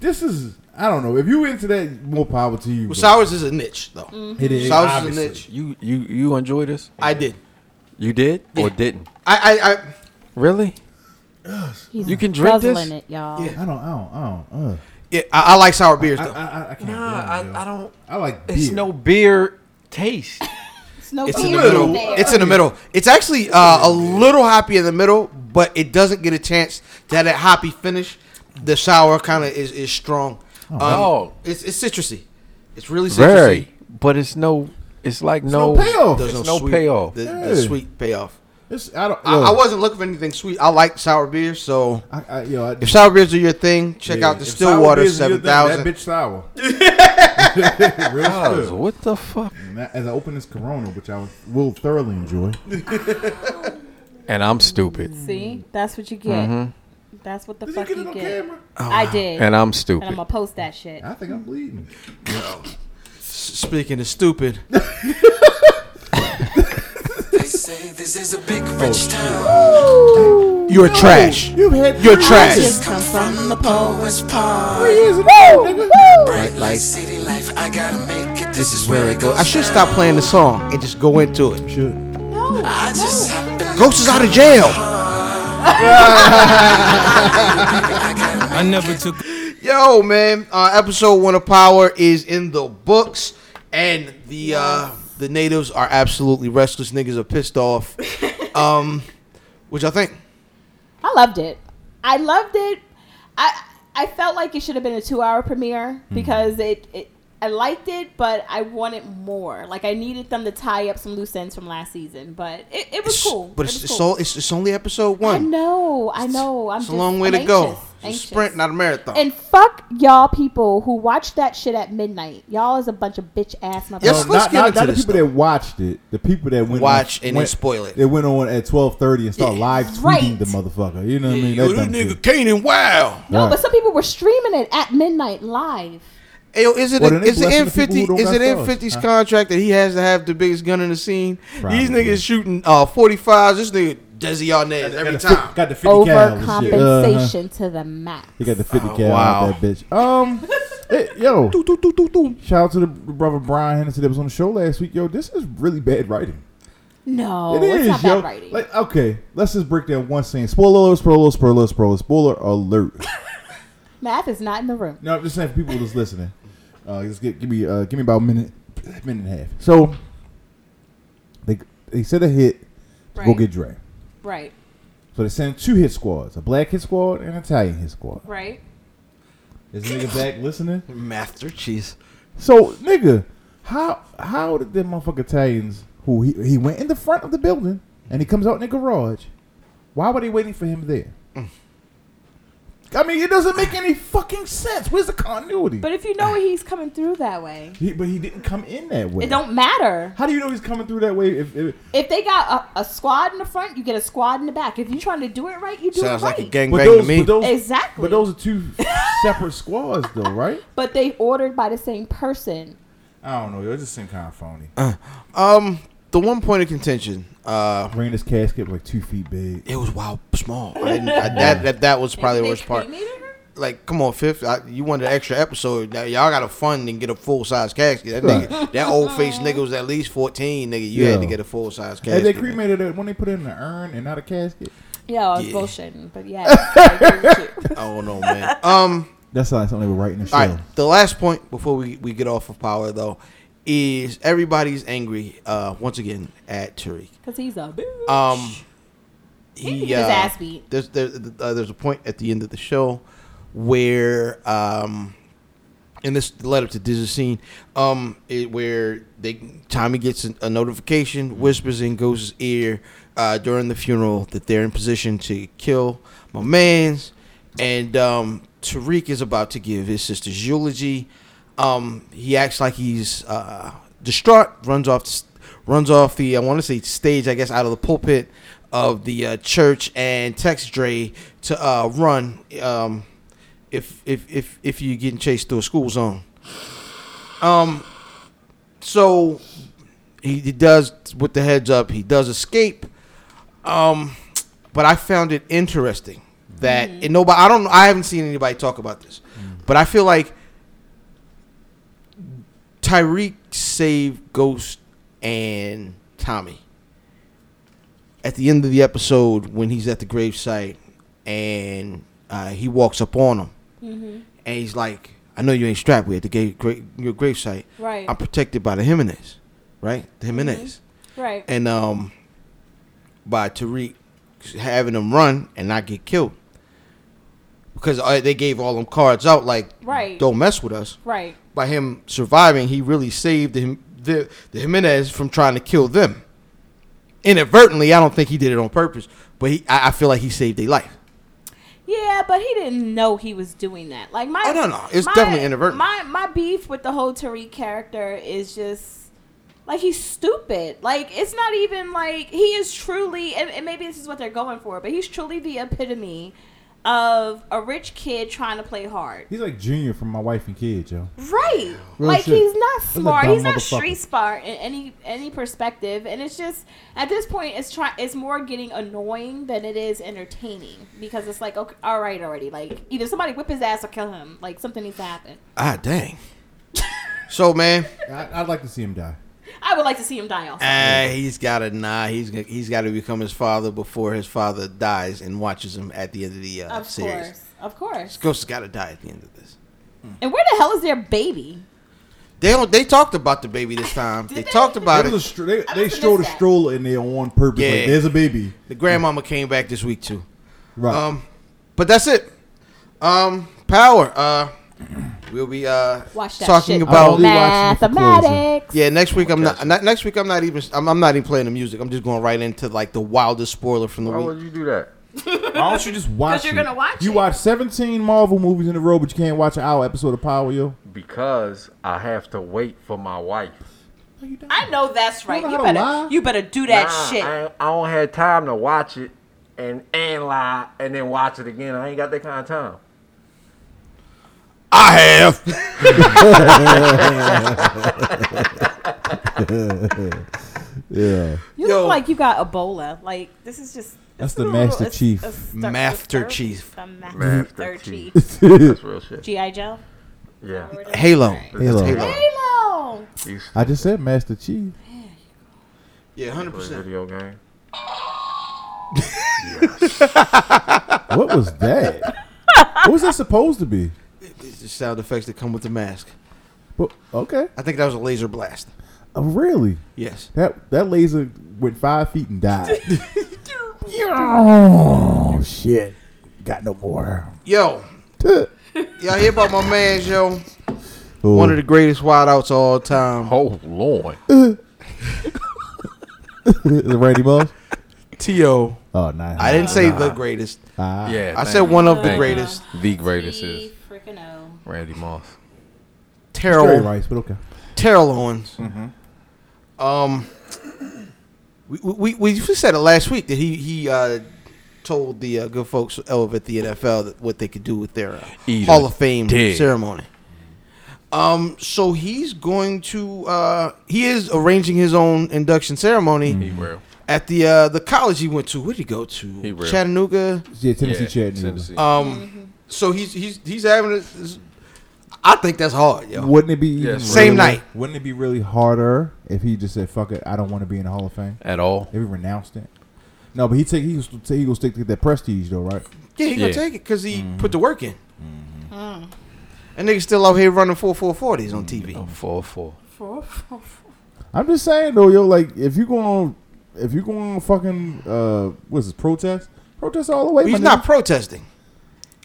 This is I don't know if you into that more power to you. Well, but sours is a niche though. Mm-hmm. it is Sours obviously. is a niche. You you you enjoy this? I did. You did or didn't? I I, I Really? He's You can drink guzzling this? it, y'all. Yeah. I don't I don't I don't. Uh. Yeah, I, I like sour beers I, though. I, I can't. Nah, do it, yo. I, I don't. I like beer. It's no beer taste. It's no It's in the beer middle. there. It's in the middle. It's actually uh, a little hoppy in the middle, but it doesn't get a chance to have that hoppy finish. The sour kind of is, is strong. Um, Oh. it's, it's citrusy. It's really citrusy. Very, but it's no. It's like Oh, no no. payoff. There's no sweet, payoff. The, the Yeah. sweet payoff. It's, I don't. I, yo, I wasn't looking for anything sweet. I like sour beers, so I, I, yo, I, if sour beers are your thing, check out the if sour Stillwater beers is your Seven thing, that Thousand. bitch sour. Real Cuz, spill. What the fuck? And that- As I open this Corona, which I will thoroughly enjoy. And I'm stupid. See, that's what you get. That's what the fuck you, get. I did, and, Mm-hmm. Oh, And I'm I'm stupid. gonna post that shit. I think I'm bleeding. Speaking of stupid, you're trash. You've had You're trash. Just come from the poets. three years in a row, nigga. Like This is where it goes. I should stop playing the song and just go into it. Should. No, no. Ghost is out of jail. I never took Yo, man. Uh, episode one of Power is in the books, and the uh, the natives are absolutely restless. Niggas are pissed off. Um, what y'all think? I loved it. I loved it. I I felt like it should have been a two-hour premiere Mm-hmm. because it, it I liked it, but I wanted more. Like I needed them to tie up some loose ends from last season, but it, it was cool. But It it's was it's, cool. all, it's it's only episode I one. know, I know. I'm It's a just- long way I'm to go. anxious, It's anxious. a sprint, not a marathon. And fuck y'all people who watch that shit at midnight. Y'all is a bunch of bitch ass motherfuckers. Yes, let's not, get not- into not the this people that watched it. The people that went Watch on, and then went, spoil it. They went on at twelve thirty and started live tweeting Right. the motherfucker. You know what I mean? Yo, That's this dumb nigga shit. Kanan, wow. No, Right. but some people were streaming it at midnight live. Yo, is it Well, a- then they is it blessing in the people fifty who don't is got it in stars, fifty's huh? contract that he has to have the biggest gun in the scene? These Probably. niggas shooting uh forty fives. This nigga Desi Arnaz every Got the time. fi- Got the fifty cal and shit. Uh-huh. Overcompensation to the max. He got the 50 Oh, cal wow. out that bitch. Um, hey, yo, shout out to the brother Brian Hennessy that was on the show last week. Yo, this is really bad writing. No, It Oh, it's is, not yo. bad writing. Like, okay, let's just break down one scene. Spoiler alert! Spoiler alert! Spoiler alert! Spoiler alert! Spoiler alert! Math is not in the room. no, I'm just saying for people that's listening. Uh, just give, give me, uh, give me about a minute, minute and a half. So, they they set a hit to go Right. get Dre. Right, So they sent two hit squads: a black hit squad and an Italian hit squad. right. Is nigga black listening? Master cheese. So nigga, how how did them motherfucking Italians who he, he went in the front of the building and he comes out in the garage? Why were they waiting for him there? I mean, it doesn't make any fucking sense. Where's the continuity? But if you Ah. know he's coming through that way, he, but he didn't come in that way. it don't matter. how do you know he's coming through that way? If, if If they got a, a squad in the front, you get a squad in the back. If you're trying to do it right, you do Sounds it right. like a gangbang but to those, me. but those, Exactly. But those are two separate squads, though, right? But they ordered by the same person. I don't know. Yo, it just seemed kind of phony. um, the one point of contention. Uh, Raina's casket was like two feet big. it was wild small. I didn't, I, that, that that was probably the They worst part. cremated her? Like, come on, fifth. I, you wanted an extra episode. Now, y'all got to fund and get a full size casket. That Right. nigga, that old face nigga was at least fourteen. Nigga, you had to Yeah. get a full size casket. And they man. cremated it when they put it in the urn and not a casket. Yeah, I was Yeah. bullshitting. But yeah, I agree with you. I don't know, man. Um. That's not something they were writing the show. All right. The last point before we, we get off of power though is everybody's angry uh, once again at Tariq. Cause he's a bitch. Um, He he, can get his uh, ass beat. There's there, uh, there's a point at the end of the show where um, and this led up to this scene um, it, where they Tommy gets a, a notification, whispers in Ghost's ear uh, during the funeral that they're in position to kill my man's, and um, Tariq is about to give his sister's eulogy. Um, he acts like he's uh, distraught, runs off, the, s- runs off the I want to say stage, I guess, out of the pulpit of the uh, church, and texts Dre to uh, run. Um, if if if if you're getting chased through a school zone. Um, so he, he does with the heads up. He does escape. Um, but I found it interesting that and nobody. I don't. I haven't seen anybody talk about this, but I feel like Tyreek saved Ghost and Tommy at the end of the episode when he's at the gravesite and uh, he walks up on him and he's like, "I know you ain't strapped. We at the gay, great, your grave site. Right. Mm-hmm. I'm protected by the Jimenez, right? The Jimenez, Right. and um, by Tariq having him run and not get killed because uh, they gave all them cards out like, Right. don't mess with us. Right. By him surviving, he really saved him the, the Jimenez from trying to kill them. Inadvertently, I don't think he did it on purpose, but he, I, I feel like he saved their life. Yeah, but he didn't know he was doing that. Like my Oh, no, no. It's my- definitely inadvertent. My my beef with the whole Tariq character is just like he's stupid. Like it's not even like he is truly and, and maybe this is what they're going for, but he's truly the epitome of a rich kid trying to play hard. He's like Junior from My Wife and Kids, yo. Right. Real like shit. he's not a smart. dumb He's not motherfucker. street smart in any any perspective. And it's just at this point it's try it's more getting annoying than it is entertaining. Because it's like, okay, all right already. Like either somebody whip his ass or kill him. Like something needs to happen. Ah, dang. so, man, I, I'd like to see him die. I would like to see him die also. ah, he's got to nah. He's g- he's got to become his father before his father dies and watches him at the end of the uh, of series. course. Of course. Ghost got to die at the end of this. And where the hell is their baby? They don't. They talked about the baby this time. they, Did they? talked about It it. was a stro- they I they must have showed a missed that. stroller in there on purpose. Yeah. Like, there's a baby. the grandmama came back this week too. Right. Um, but that's it. Um, power. Uh, we'll be uh Watch that talking shit. Oh, about. Only watching it for Mathematics. Yeah, next week I'm not, not. Next week I'm not even. I'm, I'm not even playing the music. I'm just going right into like the wildest spoiler from the Why week. would you do that? Why don't you just watch 'Cause you're it? gonna watch You it. watch 17 Marvel movies in a row, but you can't watch an hour episode of Power, yo. Because I have to wait for my wife. I know that's right. know You, how to better lie? you better do that Nah, shit. I, I don't have time to watch it and and lie and then watch it again. I ain't got that kind of time. I have. Yeah. you Yo. look like you got Ebola. Like this is just That's it's the a little- Master it's- Chief. it's- it's- Master it's- Chief. The Master Master Chief. Chief. That's real shit. GI Joe. Yeah. Halo. Halo. Halo. These I just said Master Chief. Yeah, hundred play percent. video game. What was that? what was that supposed to be? It's the sound effects that come with the mask. But okay, I think that was a laser blast. oh, really? Yes. That that laser went five feet and died. oh shit! Got no more. Yo, Oh, y'all hear about my man, yo? One of the greatest wideouts of all time. Oh lord. the Randy Moss. T.O. Oh, nice. I didn't say the greatest. Ah. Yeah. I thank said you. one of the Thank you. greatest. The greatest is Freaking O. Randy Moss. Jerry Terrell. Rice, but okay. Terrell Owens. Mm-hmm. Um, we, we, we we said it last week that he he uh, told the uh, good folks over at the NFL that what they could do with their uh, Eat Hall a of Fame dick. ceremony. Um, so he's going to uh, he is arranging his own induction ceremony He will. at the uh, the college he went to. Where did he go to? He real. Chattanooga. Yeah, Tennessee Yeah, Chattanooga. Tennessee. Um, so he's he's he's having. A, I think that's hard, yo. Wouldn't it be Yes. Same night. Wouldn't it be really harder if he just said, "Fuck it, I don't want to be in the Hall of Fame"? At all. If he renounced it. No, but he take he gonna he gonna stick to that prestige though, right? Yeah, he gonna Yeah. Mm-hmm. take it because he put the work in. And niggas still out here running four four forties on TV. Four four. I'm just saying though, yo, like if you going if you going fucking uh what's this protest? Protest all the way. He's my nigga. not protesting.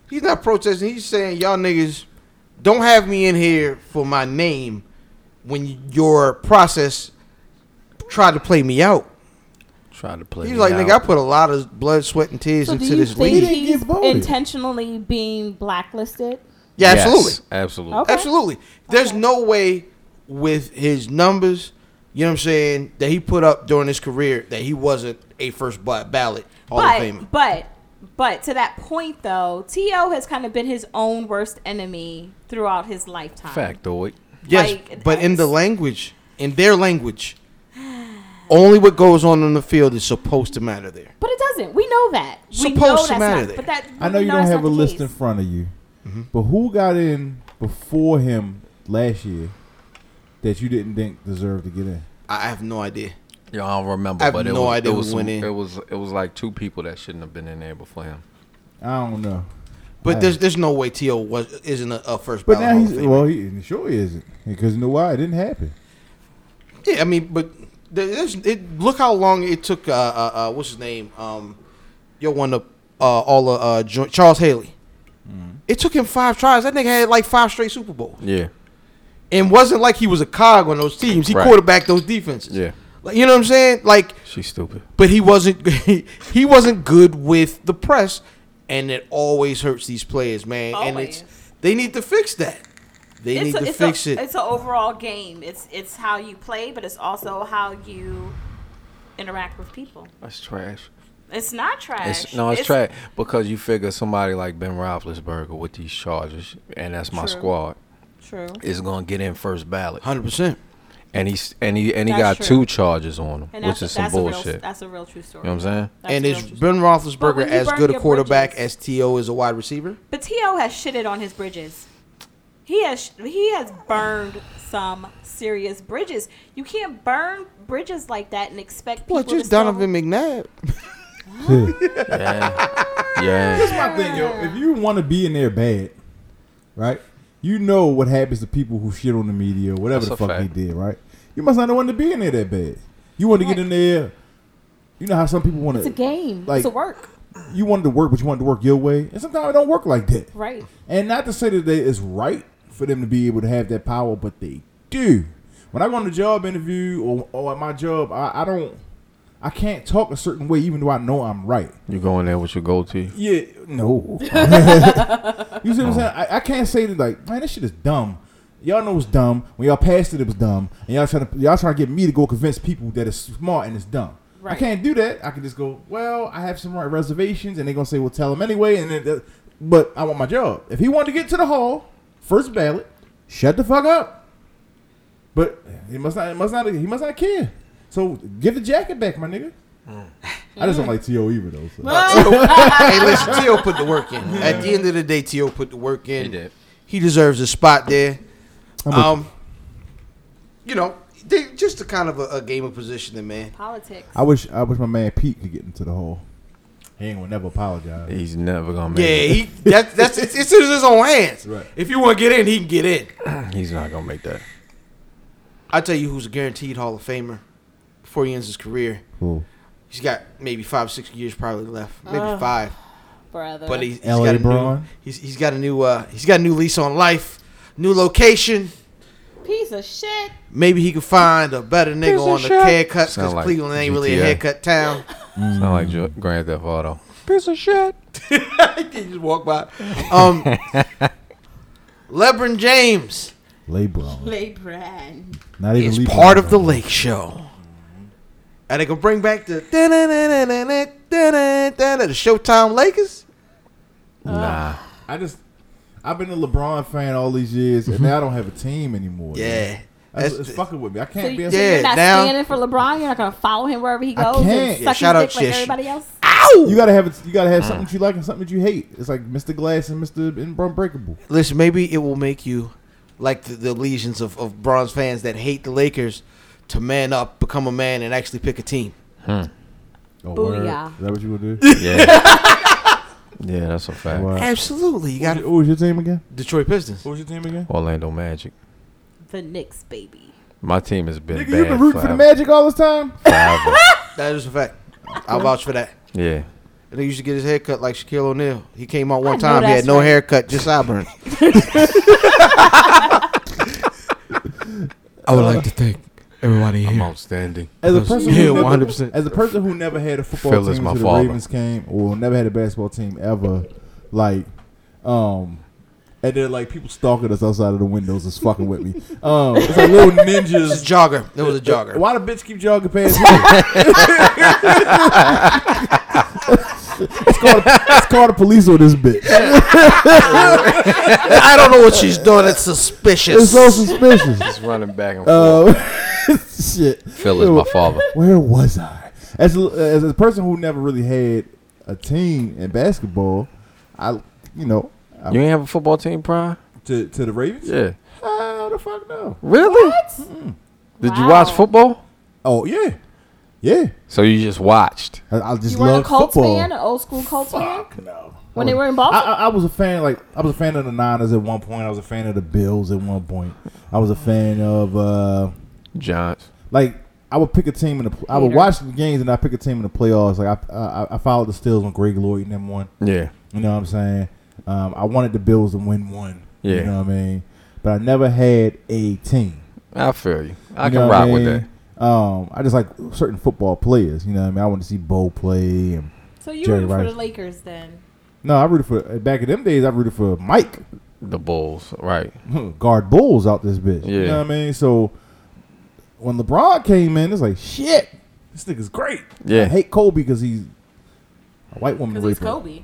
He's not protesting. He's saying y'all niggas don't have me in here for my name when your process tried to play me out. Try to play. He's me like, out. nigga, I put a lot of blood, sweat, and tears So do into you this think league. He didn't he's get voted. intentionally being blacklisted? Yeah, Yes, absolutely. Absolutely. Okay. Absolutely. There's no way with his numbers, you know what I'm saying, that he put up during his career that he wasn't a first ba- ballot Hall of Famer. but but but to that point though, To has kind of been his own worst enemy throughout his lifetime. Factoid. Yes, like, but in the that's- language, in their language, only what goes on in the field is supposed to matter there. But it doesn't. We know that. we Supposed know to that's matter not, there. But that I know we you don't that's have a not the list in case. front of you, Mm-hmm. but who got in before him last year that you didn't think deserved to get in? I have no idea. Yeah, I don't remember. I have but it no was, idea it who was some- went in. It was it was like two people that shouldn't have been in there before him. I don't know. But there's there's no way To was isn't a, a first But ballot. now Hall of he's Famer. well, he sure isn't because you know why it didn't happen. yeah, I mean, but there- there's it. Look how long it took. Uh, uh, uh what's his name? Um, yo, one of uh, all of uh jo- Charles Haley. Mm-hmm. It took him five tries. That nigga had like five straight Super Bowls, Yeah. and wasn't like he was a cog on those teams. He Right. quarterbacked those defenses. Yeah. like, you know what I'm saying? Like She's stupid. but he wasn't he, he wasn't good with the press and it always hurts these players man and it's they need to fix that they need to fix a, it It's an overall game. It's it's how you play, but it's also how you interact with people. That's trash. It's not trash. It's, no, it's, trash because you figure somebody like Ben Roethlisberger with these charges, and that's my True. squad, True. is gonna get in first ballot, 100% and he's and he and he That's got true. two charges on him, And which that's, is some that's A bullshit. real, you know that's a real true story. what I'm saying? That's and a is real true Ben But Roethlisberger when you as burn good a your quarterback bridges- as To is a wide receiver? But T.O. has shitted on his bridges. He has he has burned some serious bridges. You can't burn bridges like that and expect people Well, to just still- Donovan McNabb. Yeah, yeah. my thing, yo. If you want to be in there bad, right? You know what happens to people who shit on the media or whatever That's the a fuck they fact. did, right? You must not want to be in there that bad. You want to get in there. You know how some people want It's a to. game. Like- it's a work. You wanted to work, but you wanted to work your way, and sometimes it don't work like that. Right. And not to say that they, it's right for them to be able to have that power, but they do. When I go on a job interview or, or at my job, I, I don't, I can't talk a certain way, even though I know I'm right. You go in there with your goatee. Yeah, no. you see what I'm saying? I, I can't say that like, man, this shit is dumb. Y'all know it's dumb. When y'all passed it, it was dumb. And y'all trying to y'all trying to get me to go convince people that it's smart and it's dumb. I Right. can't do that. I can just go, well, I have some right reservations, and they're gonna say, well, tell them anyway. And then, that- but I want my job. If he wanted to get to the hall, first ballot, shut the fuck up. But he must not. It must not. He must not care. So give the jacket back, my nigga. I just don't like To either though. So. hey, listen, T.O. put the work in. At the end of the day, T.O. put the work in. He did. He deserves a spot there. I'm with Um, you know, they, just a kind of a, a game of positioning, man. Politics. I wish I wish my man Pete could get into the hole. He ain't gonna never apologize. He's never gonna Yeah, make. he, that's that's it's, it's in his own hands. Right. If you want to get in, he can get in. it. He's not gonna make that. I tell you, who's a guaranteed Hall of Famer before he ends his career? Cool. He's got maybe five, six years probably left, maybe Ugh. five. Brother. But he's, he's L.A. got a new, Braun? he's, he's got a new uh, he's got a new lease on life, new location. Piece of shit. Maybe he could find a better nigga on the haircuts because Sound like Cleveland ain't really a GTA. haircut town. It's not like Ju- Grand Theft Auto. he just walk by. Um, LeBron James LeBron, Play brand. not even is LeBron, part of the bro. Lake Show. And they gonna bring back the da-da-da-da-da, da-da-da-da, the Showtime Lakers. Nah, I just I've been a LeBron fan all these years, and now I don't have a team anymore. man. Yeah, that's, That's- it's fucking with me. I can't So be. A, so Yeah, you're not now- standing for LeBron. You're not gonna follow him wherever he I goes. can't. And Yeah, suck shout out his dick like Chish. everybody else. You gotta have it. You gotta have something that you like and something that you hate. It's like Mr. Glass and Mr. Unbreakable. Listen, maybe it will make you like the, the legions of, of bronze fans that hate the Lakers to man up, become a man, and actually pick a team. Oh, Booyah. word. Is that what you gonna do? yeah, yeah. That's a fact. Word. Absolutely, you What got was your- what was your team again? Detroit Pistons. What was your team again? Orlando Magic. The Knicks, baby. My team has been Nigga, bad you been rooting for the forever. Magic all this time. Forever. That is a fact. I'll vouch for that. yeah. And he used to get his hair cut like Shaquille O'Neal. He came out one I know time, he had that's no right. haircut, just sideburns. I would like to thank everybody I'm outstanding. As a Those- person, yeah, who never, 100%. As a person who never had a football Phil is team my until the father. Ravens came, or never had a basketball team ever, like, um, and then like people stalking us outside of the windows is fucking with me. Um, it's like little ninjas. Jogger. It was a jogger. Why the bitch keep jogging past me? it's called it's called the police on this bitch. I don't know what she's doing. It's suspicious. It's so suspicious. Just running back and forth. Uh, shit. Phil is my father. Where was I? As a, as a person who never really had a team in basketball, I you know I, You ain't have a football team, Prime? to to the Ravens. Uh, Yeah. How the fuck no? Really? Mm. Did you watch Wow. football? Oh yeah, yeah. So you just watched. I, I just You weren't love a Colts Oh. football. fan, an old school Colts fan. Fuck no. when they were in I, Baltimore. I, I was a fan, like I was a fan of the Niners at one point. I was a fan of the Bills at one point. I was a fan of uh, Giants. like I would pick a team in the. pl- I would Hater. watch the games and I pick a team in the playoffs. Like I, I, I followed the Steelers when Greg Lloyd and them won. Yeah. You know what I'm saying? Um, I wanted the Bills to win one. Yeah. You know what I mean? But I never had a team. I feel you. I You can know what rock I with mean? that. Um, I just like certain football players. You know what I mean? I want to see Bo play. And, so you Jerry were for Rice. the Lakers then? no, I rooted for back in them days. I rooted for Mike The Bulls, right? guard bulls out this bitch. You Yeah. know what I mean? So when LeBron came in, it's like shit. This nigga's great. Yeah. I hate Kobe because he's a white woman Because he's raper. Kobe.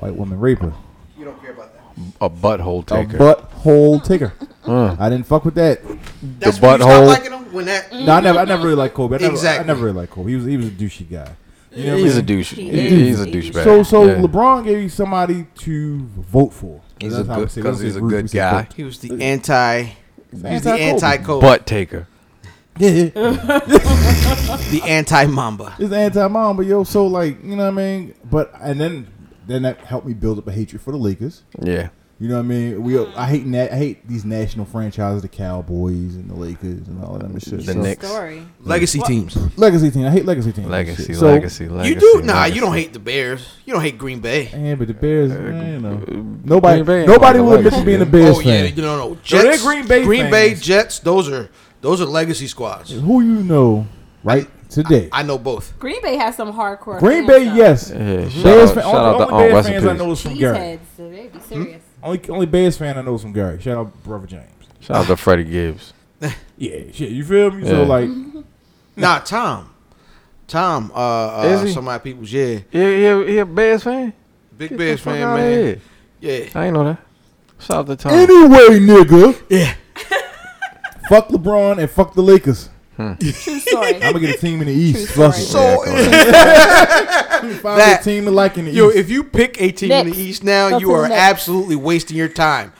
White woman raper. You don't care about that. a butthole A taker. butthole taker. Mm. I didn't fuck with that. the That's when you stop butthole. liking him when that. No, I never, I never really liked Kobe. I never, Exactly. I never really liked Kobe. He was, he was a douchey guy. You know what I he's a mean? douche. He he- is. he's a He's a douchebag. So, so Yeah. LeBron gave you somebody to vote for. He's a That's how we good say- we don't because say he's a root, we good say guy. vote. He was the anti. He was the Anti-Kobe. anti Kobe. Butt taker. Yeah, yeah. the anti Mamba. He's anti-mom, but yo, so like, you know what I mean? But and then, then that helped me build up a hatred for the Lakers. Yeah. You know what I mean? We I hate na- I hate these national franchises, the Cowboys and the Lakers and all that other shit. The so, Knicks. Story. Legacy teams. legacy team. I hate legacy teams. Legacy, So- legacy, legacy. You do? Nah, legacy. you don't hate the Bears. You don't hate Green Bay. Yeah, but the Uh, Bears, man, you know, nobody, Green Bay ain't nobody like a will admit to legacy. being a Bears oh yeah, fan. you no, no. Jets, Green Bay Green Bay fans. Jets. Those are those are legacy squads. Who you know, right today? I know both. Green Bay has some hardcore. Green fans, Bay, though. yes. Yeah, shout Bears out- fan. shout Only, out to only Aunt Bears Rest in fans I Peace. know is from Gary. Cheeseheads. so They be serious. Only only Bears fan I know is from Gary. Shout out, brother James. Shout out to Freddie Gibbs. Yeah, shit. You feel me? So Yeah. like, Mm-hmm. Nah, Tom. Tom, uh, Is uh he? some of my people's, yeah. Yeah, yeah, he a Bears fan. Big Get Bears the fuck fan, outta man. here. Yeah. I ain't know that. Shout out to Tom. anyway, nigga, Yeah. fuck LeBron and fuck the Lakers. Hmm. True story. I'm gonna get a team in the East. True Fuck it. Yeah, So come on. Find That- a team to like in the yo, East. if you pick a team in Next. the East now, Go you to are the next. absolutely wasting your time.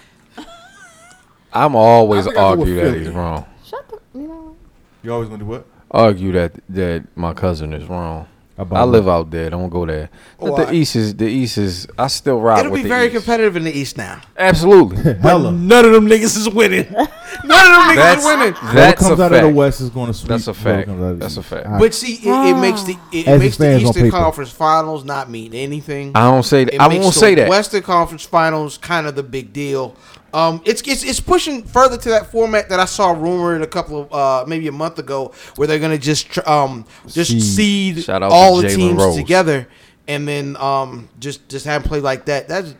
I'm always I think I go with argue that Philly. he's wrong. Shut the. You know. you always gonna do what? Argue that that my cousin is wrong. About I what? live out there. Don't go there. But Oh, the I- East is the East is. I still ride It'll with be the very East. competitive in the East now. Absolutely. Hella. None of them niggas is winning. None of them niggas That's is winning. that's what comes a out fact. of the West is going to sweep. That's a what fact. comes out of the That's a East. fact. All right. But see, it, it makes the it As it makes the stands on Eastern paper. Conference Finals not mean anything. I don't say that. It I makes won't the say that. Western Conference Finals kind of the big deal. Um, it's, it's it's pushing further to that format that I saw rumored a couple of uh, maybe a month ago, where they're gonna just tr- um just Seed. seed Shout out all to the Jalen teams Rose. together, and then um just just have them play like that. That's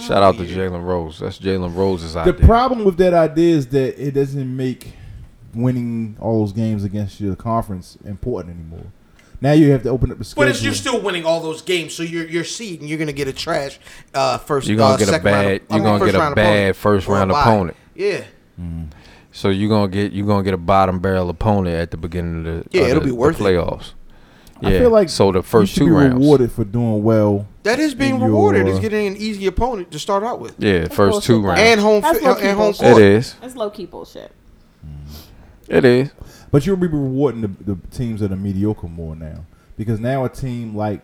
Shout out to Jalen Rose. That's Jalen Rose's the idea. problem with that idea is that it doesn't make winning all those games against your conference important anymore. Now you have to open up the schedule. But it's, you're still winning all those games, so you're you're seeding. You're gonna get a trash uh, first. You're gonna uh, get a second round bad- op- you're gonna first get a round bad opponent first or a round bye. opponent. Yeah, So you're gonna get you're gonna get a bottom barrel opponent at the beginning of the Yeah, of it'll the- be worth it. the playoffs. Yeah. I feel like so the you first should two be rounds. rewarded for doing well. that is being In your- rewarded. Is getting an easy opponent to start out with, Yeah, first bullshit. two rounds. and home That's fi- low-key and home bullshit. court. it is. That's low key bullshit. It is. But you'll be rewarding the, the teams that are mediocre more now because now a team like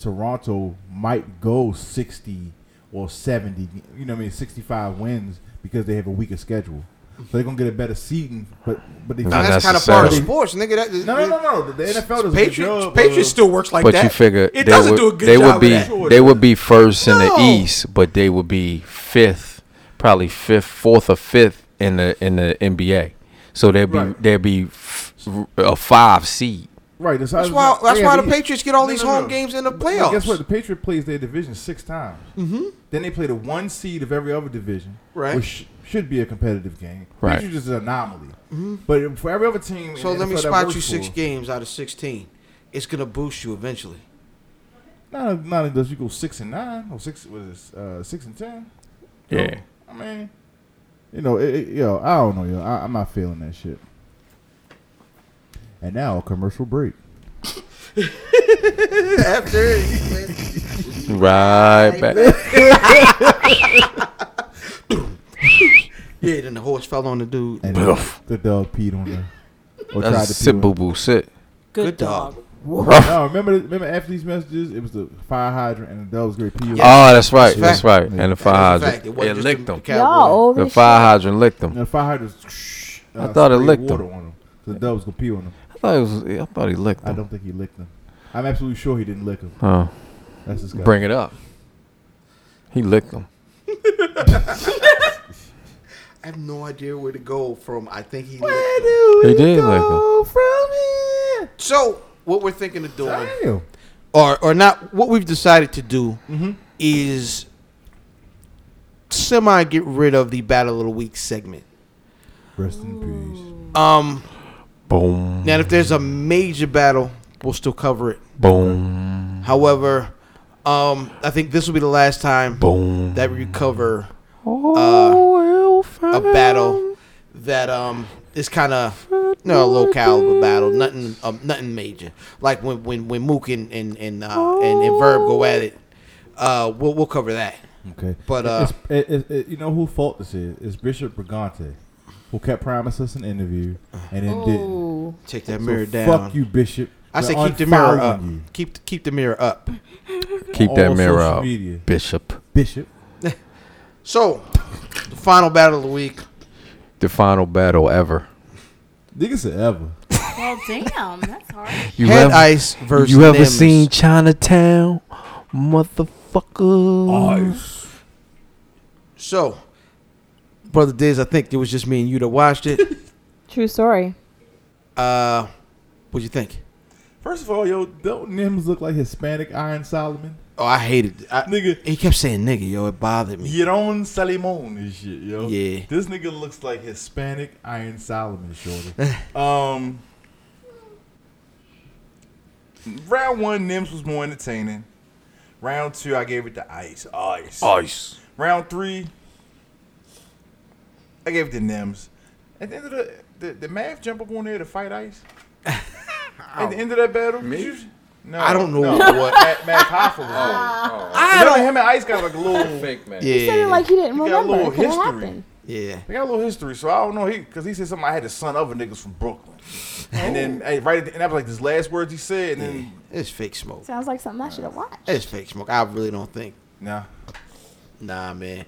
Toronto might go sixty or seventy. You know, what I mean, sixty-five wins because they have a weaker schedule. So they're gonna get a better seeding, but but they Nah, And that's that's kind of the part of setup. sports, nigga. That, No, no, no, no. The NFL does a good Patriots, job. uh, Patriots of- still works like but that. you figure it they doesn't would, do a good they job would be of that. they would be first in No. the East, but they would be fifth, probably fifth, fourth or fifth in the in the NBA. So there'd be Right. there'd be f- a five seed. right. That's, That's why. That's why the Patriots get all No, these no, no. home games in the But Guess what? playoffs. The Patriot plays their division six times. Mm-hmm. Then they play the one seed of every other division, Right. Which should be a competitive game. Right. Patriots is an anomaly. But for every other team, Mm-hmm. So in the let me NFL that spot works you six for- games out of sixteen. It's gonna boost you eventually. Not not only does you go six and nine or six was uh, six and ten. you know? Yeah. I mean, you know, it, it, yo, I don't know, yo, I, I'm not feeling that shit. And now a commercial break. After Right back. yeah, then the horse fell on the dude. And Boof. the dog peed on her. Or That's tried to sit pee on boo boo sit. Good, Good dog. dog. no, remember, remember after these messages, it was the fire hydrant and the Dubs Great P.O. Oh, that's right. That's That's right. And the fire That's a hydrant. fact. wasn't It just licked the them. cowboy. Y'all old The as fire hydrant licked them. And the fire hydrant. was- uh, I thought it sprayed licked water on them. So the Dubs gonna pee on them. I thought, it was, I thought he licked I them. don't think he licked them. I'm absolutely sure he didn't lick them. Oh, That's disgusting. bring it up. He licked them. I have no idea where to go from. I think he. licked them. He did lick them. So what we're thinking of doing, Damn. or or not, what we've decided to do is semi get rid of the battle of the week segment. Rest in peace. Um, Boom. now if there's a major battle, we'll still cover it. Boom. However, um, I think this will be the last time Boom. that we cover uh, Oh, uh, a battle that um is kind of you know, a low caliber battle, nothing um, nothing major. Like when when when Mook and and and uh, and, and Verb go at it, uh, we'll we'll cover that. Okay. But, uh, It's- it- it- it- you know who fault this is? It's Bishop Brigante, who kept promising us an interview and then didn't. Ooh. Take that So mirror down. Fuck you, Bishop. I We're say keep the mirror unfollowing up. you, Keep keep the mirror up. Keep on that all mirror social out, media. Bishop. Bishop. So, the final battle of the week. The final battle ever. Nigga said ever. Well, damn, that's hard. You Head ever, Ice versus you ever Nims. seen Chinatown, Oh. motherfucker? So, brother Diz, I think it was just me and you that watched it. True story. uh, what'd you think? First of all, yo, don't Nims look like Hispanic Iron Solomon? Oh, I hated. It. I, Nigga, he kept saying "nigga," yo. It bothered me. Yaron Salimon and shit, yo. Yeah. This nigga looks like Hispanic Iron Solomon, shorty. um, round one, Nims was more entertaining. Round two, I gave it to Ice. Ice. Ice. Round three, I gave it to Nims. At the end of the, the, the math jump up on there to fight Ice. At the end of that battle, you- no, I don't know no, what- Oh, Matt, Matt Hoffa was on. I Remember don't. him and Ice got like a little man. You said it Yeah, like you didn't You got a remember. little It could history. have happened. yeah. They got a little history, so I don't know. He because he said something. I had the son of a niggas from Brooklyn, and Oh. then hey, right at the, and that was like his last words he said, and then It's fake smoke. Sounds like something I should have watched. It's fake smoke. I really don't think. nah, Nah, man.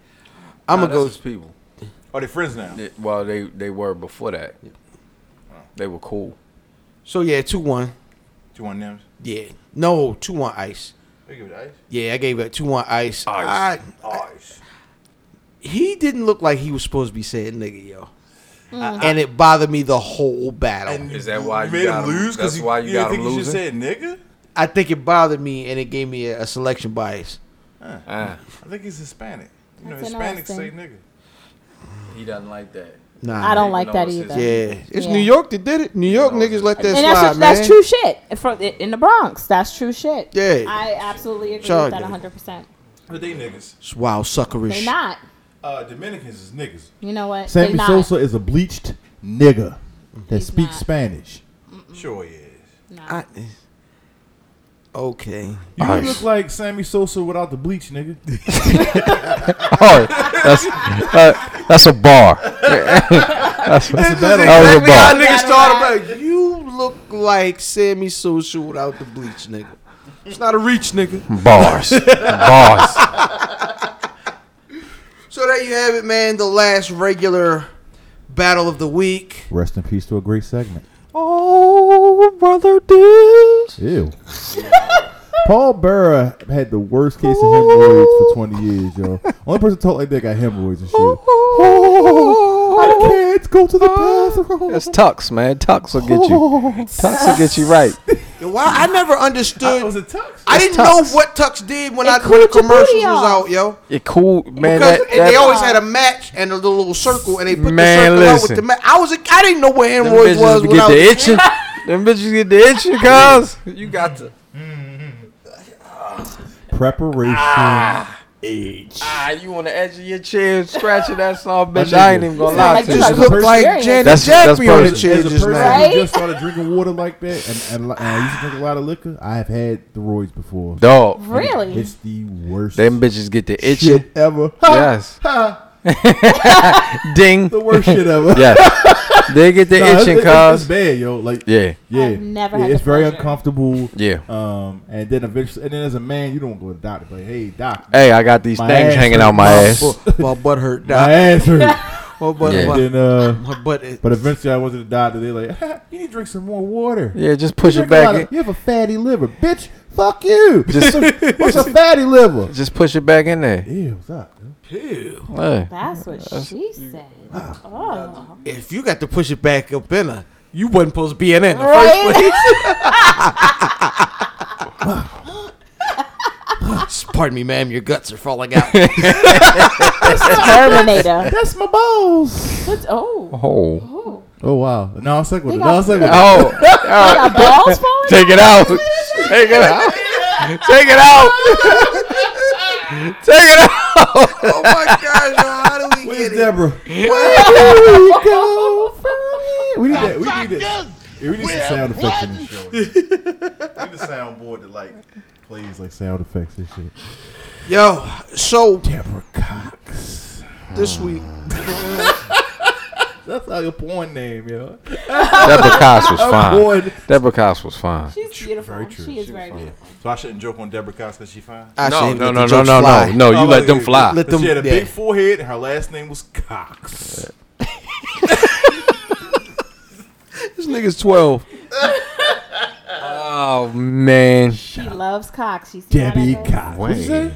I'm gonna go. people. are Oh, they friends now? Well, they they were before that. They were cool. So yeah, two one. Two one names. Yeah. No, two one ice. They give it ice. Yeah, I gave it two one ice. Ice. I- Ice. he didn't look like he was supposed to be saying nigga, yo. Mm. and it bothered me the whole battle. Is that why you made got him him- lose? that's you, why you got didn't him think You should have said nigga. I think it bothered me and it gave me a, a selection bias. Ah, I think he's Hispanic. You know, That's Hispanics say interesting. nigga. he doesn't like that. Nah. I don't Even like though that it's either. Yeah. It's Yeah. New York that did it. New York niggas let that And slide, that's, man. that's true shit. From, in the Bronx, that's true shit. Yeah. I absolutely agree Sure, with that yeah. 100%. But they niggas. It's wild suckerish. They not. Uh, Dominicans is niggas. You know what? they Sammy not. Sosa is a bleached nigga that He's speaks not. Spanish. Sure is. Nah. I, okay. You Ice. look like Sammy Sosa without the bleach, nigga. Oh, that's uh, that's a bar. that's, that was a Exactly how bar. niggas Gotta started. Like, you look like Sammy Sosa without the bleach, nigga. It's not a reach, nigga. Bars, bars. So there you have it, man. The last regular battle of the week. Rest in peace to a great segment. Oh, brother, this. Ew. Paul Burr had the worst case of hemorrhoids for 20 years, yo. Only person talked like that got hemorrhoids and shit. Oh, I can't go to the bathroom. Oh. That's Oh. Tux, man. Tux will get you. Tux will get you right. Yo, Why I never It was understood. a tux. I didn't Tux. know what Tux did when It I when the cooled your commercials booty was off. out, yo. It cool, man. Because That, they that- always had a match and a little, little circle, and they put Man, the circle out with listen. the match. I was a, I didn't know what them hemorrhoids was bitches when I get was the itching. them bitches get the itching, cuz. You got to. Preparation. Ah, you on the edge of your chair scratching that song, My bitch. I ain't nigga. even gonna Sound lie like to you you. just As a looked person- like Experience. Janet That's- Jack that's be on the person- chair As a just person now. Right? who just started drinking water like that, and, and, li- and I used to drink a lot of liquor, I have had the roids before. Dog, Really? It's the worst them bitches get the itching. shit ever. Yes. Ding. The worst shit ever. Yes. They get the Nah, it's- itching, it's- it's cause bad, yo. Like yeah, yeah, I've never yeah, had it's the very pleasure. uncomfortable. yeah. Um, and then eventually, and then as a man, you don't go to the doctor, but hey, doc, Hey, I got these My things ass hanging hurt. out my My ass. my butt hurt. my Doc. ass hurt. My butt. Yeah. My, And then, uh, my butt. Is, but eventually, I went to the doctor. They're like, you need to drink some more water. Yeah, just push You it drink a lot back. of- In, you have a fatty liver, bitch. Fuck you. Just- what's a fatty liver? just push it back in there. Ew, what's up? Hey. That's what she said. Oh. if you got to push it back up in her, you wasn't supposed to be in there in the first Right? place. Pardon me, ma'am. Your guts are falling out. Terminator. That's my balls. What's, oh. Oh, oh. Oh wow. No, I'll suck with They it. No, got- I'll suck with it. oh, They got balls falling? take it out, take it out, take it out, take it out. oh my gosh! How do we Where's get it? Deborah? Where we go from here? We need that. We need that. Yeah, we need some sound effects in this show. we need a soundboard that like plays like sound effects and shit. Yo, so Deborah Cox. this week That's like a porn name, yo. Deborah Cox was A fine. porn. Deborah Cox was fine. She's beautiful. Very true. She is She very was- beautiful. So I shouldn't joke on Deborah Cox because she fine. I No, should no, let no, the no, jokes no, no, fly. no. You Oh, let them yeah, fly. Let But them. she had a yeah. big forehead and her last name was Uh, Cox. This nigga's twelve. Oh man, She loves Cox. She's Debbie Cox. What'd you say? Wait.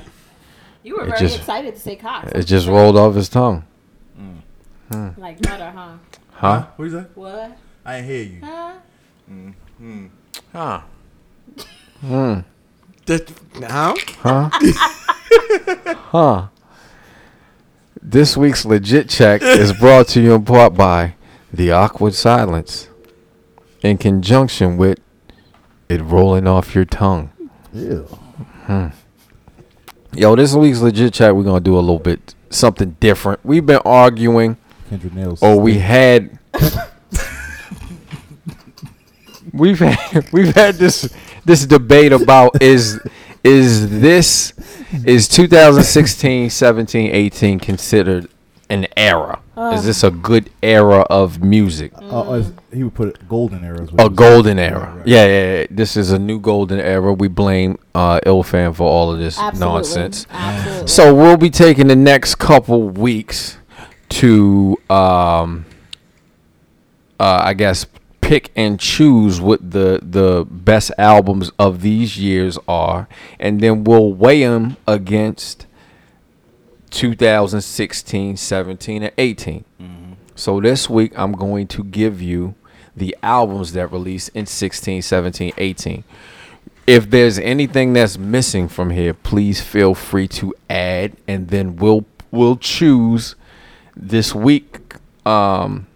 You were It very just- excited to say Cox. it just rolled off his tongue, like mother, huh? huh? What you say? What? I ain't hear you. Huh? Huh? That, huh? Huh? huh? This week's legit check is brought to you in part by the awkward silence, in conjunction with it rolling off your tongue. Hmm. Ew. Yo, this week's legit check. We're gonna do a little bit something different. We've been arguing, Kendra Nails. or Oh, we had. we've had we've had this this debate about is is this is 2016 17 18 considered an era is this a good era of music Uh, as- he would put it golden arrows. a golden era yeah, yeah yeah this is a new golden era we blame uh ilfan for all of this Absolutely. nonsense Absolutely. so we'll be taking the next couple weeks to, um, uh, I guess, pick and choose what the the best albums of these years are, and then we'll weigh them against 2016, 17, and 18. So this week I'm going to give you the albums that released in 16, 17, 18. If there's anything that's missing from here, please feel free to add, and then we'll we'll choose this week um,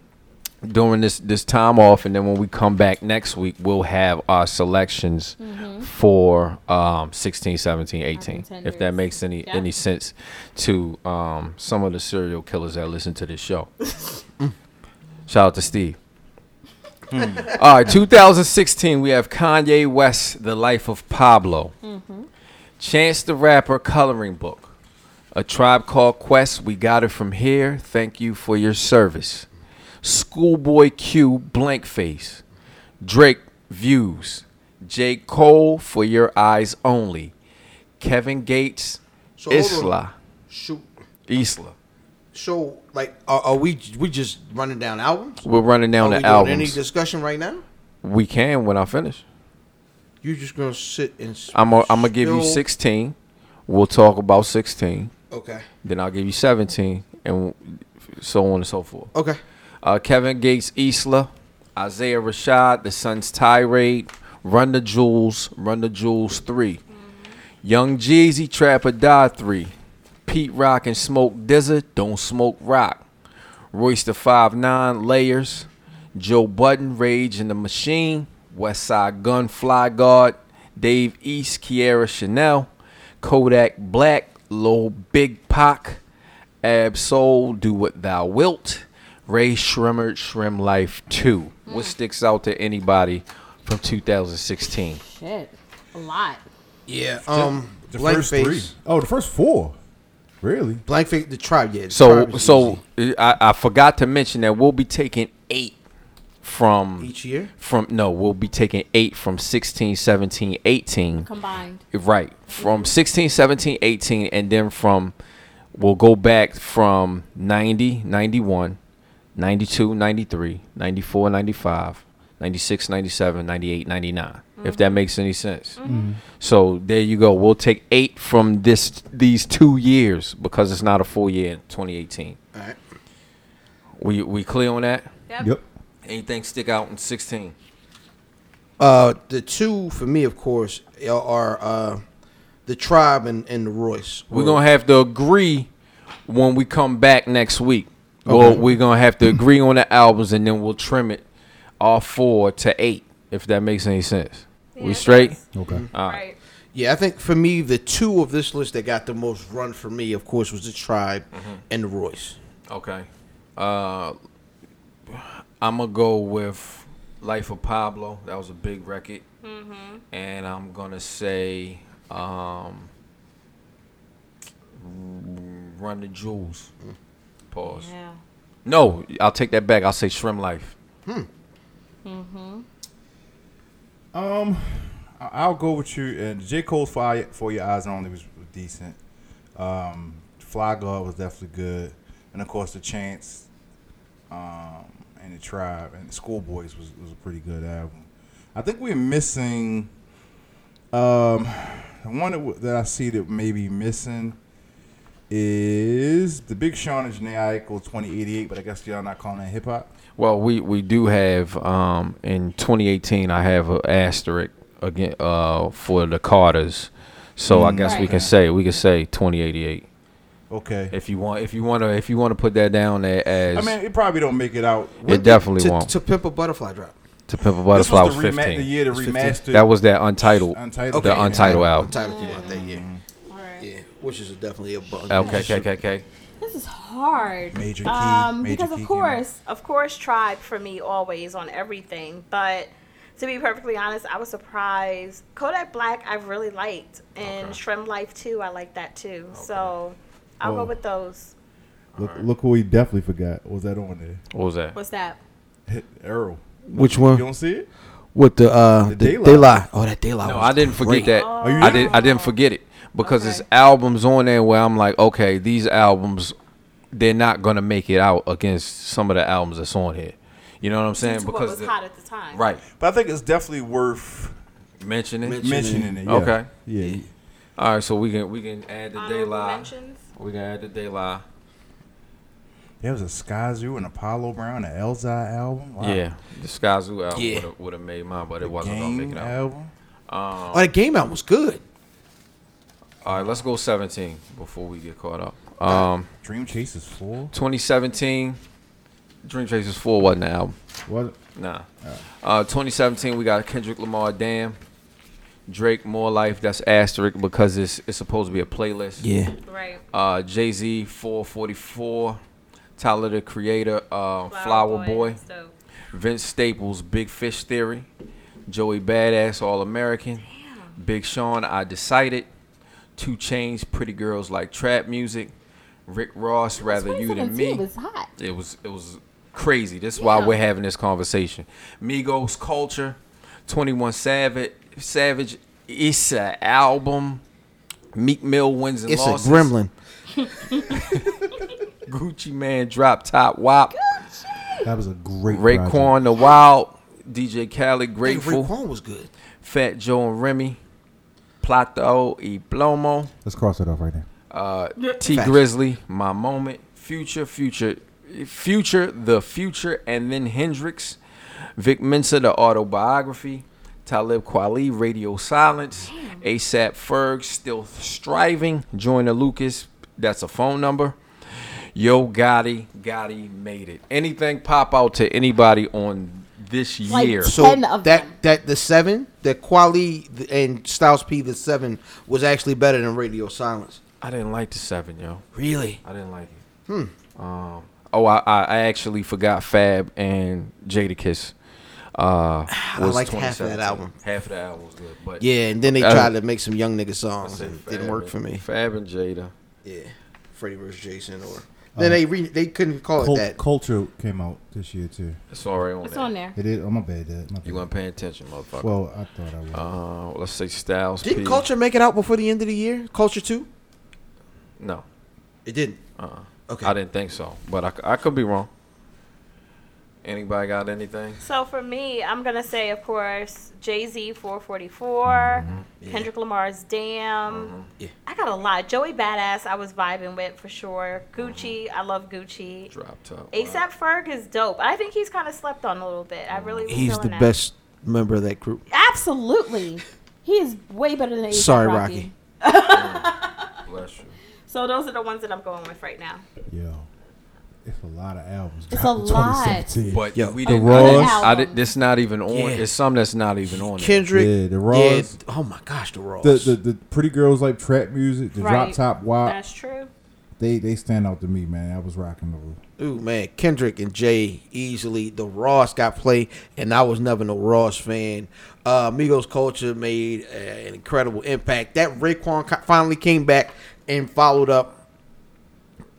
during this this time off, and then when we come back next week, we'll have our selections for um, 16, 17, 18. If that contenders. makes any Yeah. any sense to um, some of the serial killers that listen to this show. Shout out to Steve. Hmm. All right, 2016, we have Kanye West, The Life of Pablo. Chance the Rapper, Coloring Book. A Tribe Called Quest, We Got It From Here. Thank you for your service. Schoolboy Q, Blank Face. Drake, Views. J. Cole, For Your Eyes Only. Kevin Gates, So hold on. Isla. Shoot. Isla. So, like, are, are we we just running down albums? We're running Are down we the doing any albums. discussion right now? we can when I finish. You just gonna sit and. s- I'm gonna I'm give you spill- 16. We'll talk about 16. Okay. Then I'll give you 17, and so on and so forth. Okay. Uh, Kevin Gates, Isla, Isaiah Rashad, The Sun's Tirade, Run the Jewels, Run the Jewels 3, Young Jeezy, Trap or Die 3, Pete Rock and Smoke Dizza, Don't Smoke Rock, Royce the 5 9, Layers, Joe Button, Rage and the Machine, West Side Gun, Fly Guard, Dave East, Kiara Chanel, Kodak Black, Lil Big Pac, Ab Soul, Do What Thou Wilt, Ray Shrimmer, Shrim Life 2. What sticks out to anybody from 2016? Shit. A lot. Yeah. Um. The blank first face. three. Oh, the first four. Really? Blank face. The tribe. Yeah. the So, tribe is so easy. I, I forgot to mention that we'll be taking eight from Each year? From no, we'll be taking eight from 16, 17, 18. combined. Right. From 16, 17, 18, and then from, we'll go back from 90, 91, 92, 93, 94, 95, 96, 97, 98, 99. If that makes any sense. So there you go. We'll take eight from this these two years because it's not a full year in 2018. All Alright. We, we clear on that? Yep. Anything stick out in 16? Uh, the two for me, of course, are uh, the tribe and, and the Royce. We're gonna have to agree when we come back next week. Well, we're gonna have to agree on the albums, and then we'll trim it all four to eight, if that makes any sense. we straight? Okay. Alright. Yeah, I think for me, the two of this list that got the most run for me, of course, was the tribe and the Royce. Okay. Uh, I'm gonna go with "Life of Pablo." That was a big record, and I'm gonna say um, "Run the Jewels." Pause. Yeah. No, I'll take that back. I'll say "Shrimp Life." Um, I- I'll go with you. And J Cole's "Fire for Your Eyes Only" was was decent. Um, "Fly God" was definitely good, and of course, "The Chance," um, and "The Tribe" and "Schoolboys" was was a pretty good album. I think we're missing. Um, the one that, w- that I see that may be missing is the Big Sean and Janae Eichel 2088, but I guess y'all not calling that hip hop. Well, we we do have um in 2018 I have an asterisk again uh for the Carters. So I guess we can Right. say we can say 2088 Okay. if you want if you want to if you want to put that down there as I mean, it probably don't make it out. it definitely to, won't. To Pimp a Butterfly Drop. to Pimp a This Butterfly was was the, rema- the 15. year the It's 15. remastered. That was that untitled Untitled. the Okay. untitled album. Title came out that year. All right. Yeah, which is definitely a bug. Okay, okay, okay, okay. This is hard. Major key, Um, major because key of came out. course, of course, tribe for me always on everything. But to be perfectly honest, I was surprised. Kodak Black, I really liked, and Okay. Shrimp Life too. I like that too. So I'll Oh. go with those. Look, look look who he definitely forgot. Was that on What was that? What's that? there? Errol. Which You one? don't see it? With the uh, the, The Daylight. Daylight. Oh, that Daylight. No, was I didn't forget great. that. you I did. I didn't forget it because there's albums on there where I'm like, okay, these albums, they're not gonna make it out against some of the albums that's on here. You know what I'm saying? To what Because was the- hot at the time. right, But I think it's definitely worth mention it. Mention- mentioning it. yeah. Okay. Yeah. All right, so we can we can add the day Honorable lie. mentions. We can add the day lie. There was a Sky Zoo and Apollo Brown, an Elzai album. Wow. Yeah, the Sky Zoo album Yeah. would've would have made mine, but it wasn't gonna make Game it out. album. Oh, that game out was good. All right, let's go 17 before we get caught up. Um, Dream Chasers 4. 2017, Dream Chasers 4 wasn't an album. What? Nah. Uh, 2017, we got Kendrick Lamar, Damn. Drake, More Life. That's asterisk because it's it's supposed to be a playlist. Yeah. Right. Uh, Jay Z, 444. Tyler the Creator, uh, Flower, Boy. So Vince Staples, Big Fish Theory. Joey Badass, All American. Big Sean, I Decided. Two Chains, Pretty Girls Like Trap Music. Rick Ross, Rather You Than Me. 2017 was hot. It was it was crazy. This is why Yeah. we're having this conversation. Migos culture, Twenty One Savage, Savage, Issa album, Meek Mill wins and It's losses. a gremlin. Gucci Man drop top wop. That was a great project. Raekwon the Wild, DJ Khaled Hey, grateful, Raekwon was good. Fat Joe and Remy, Plato y Plomo, Let's cross that off right now. uh, T Facts. Grizzly, My Moment, Future, Future, Future, The Future, and then Hendrix, Vic Mensa, The Autobiography, Talib Kweli, Radio Silence, ASAP Ferg, Still Striving, Joyner Lucas, that's a phone number. Yo Gotti, Gotti made it. Anything pop out to anybody on this Like, year? So Ten of that them. that the seven, that Quali and Styles P, the seven was actually better than Radio Silence. I didn't like the seven, yo. Really? I didn't like it. Hmm. Um, oh, I, I I actually forgot Fab and Jadakiss. Uh, was liked half of that 2017. album. Half of the album was good, but Yeah, and then they Uh, tried to make some young nigga songs Say and it didn't Fab work and- for me. Fab and Jada. Yeah, Freddie vs. Jason or Uh, Then they re- they couldn't call Cult- it that. Culture came out this year too. It's already on It's there. on there. It is. Oh my bad, Dad. My You bad. weren't paying attention, motherfucker. Well, I thought I was. uh, let's say Styles P. Did Culture make it out before the end of the year? Culture two? No, It didn't. uh, Okay. I didn't think so, but I, c- I could be wrong. Anybody got anything? So for me, I'm gonna say, of course, Jay Z 444, Kendrick Lamar's Damn. Mm-hmm. Yeah. I got a lot. Joey Badass, I was vibing with for sure. Mm-hmm. Gucci, I love Gucci. Drop top. ASAP Ferg is dope. I think he's kind of slept on a little bit. I really was He's feeling the that. best member of that group. Absolutely. He is way better than A$AP Sorry, Rocky. Rocky. Bless you. So those are the ones that I'm going with right now. Yo, it's a lot of albums. It's dropped a in lot. 2017. But Yo, we the didn't. I didn't, Raws. I didn't- This not even on. Yeah. It's some that's not even on. there. Kendrick. Yeah, the Raws. Yeah, oh my gosh, the Raws. the, the the pretty girls like trap music, the drop Right. top Uh, wop. That's true. They they stand out to me, man. I was rocking those. Ooh man, Kendrick and Jay easily. The Ross got played, and I was never no Ross fan. Uh, Migos culture made uh, an incredible impact. That Raekwon co- finally came back and followed up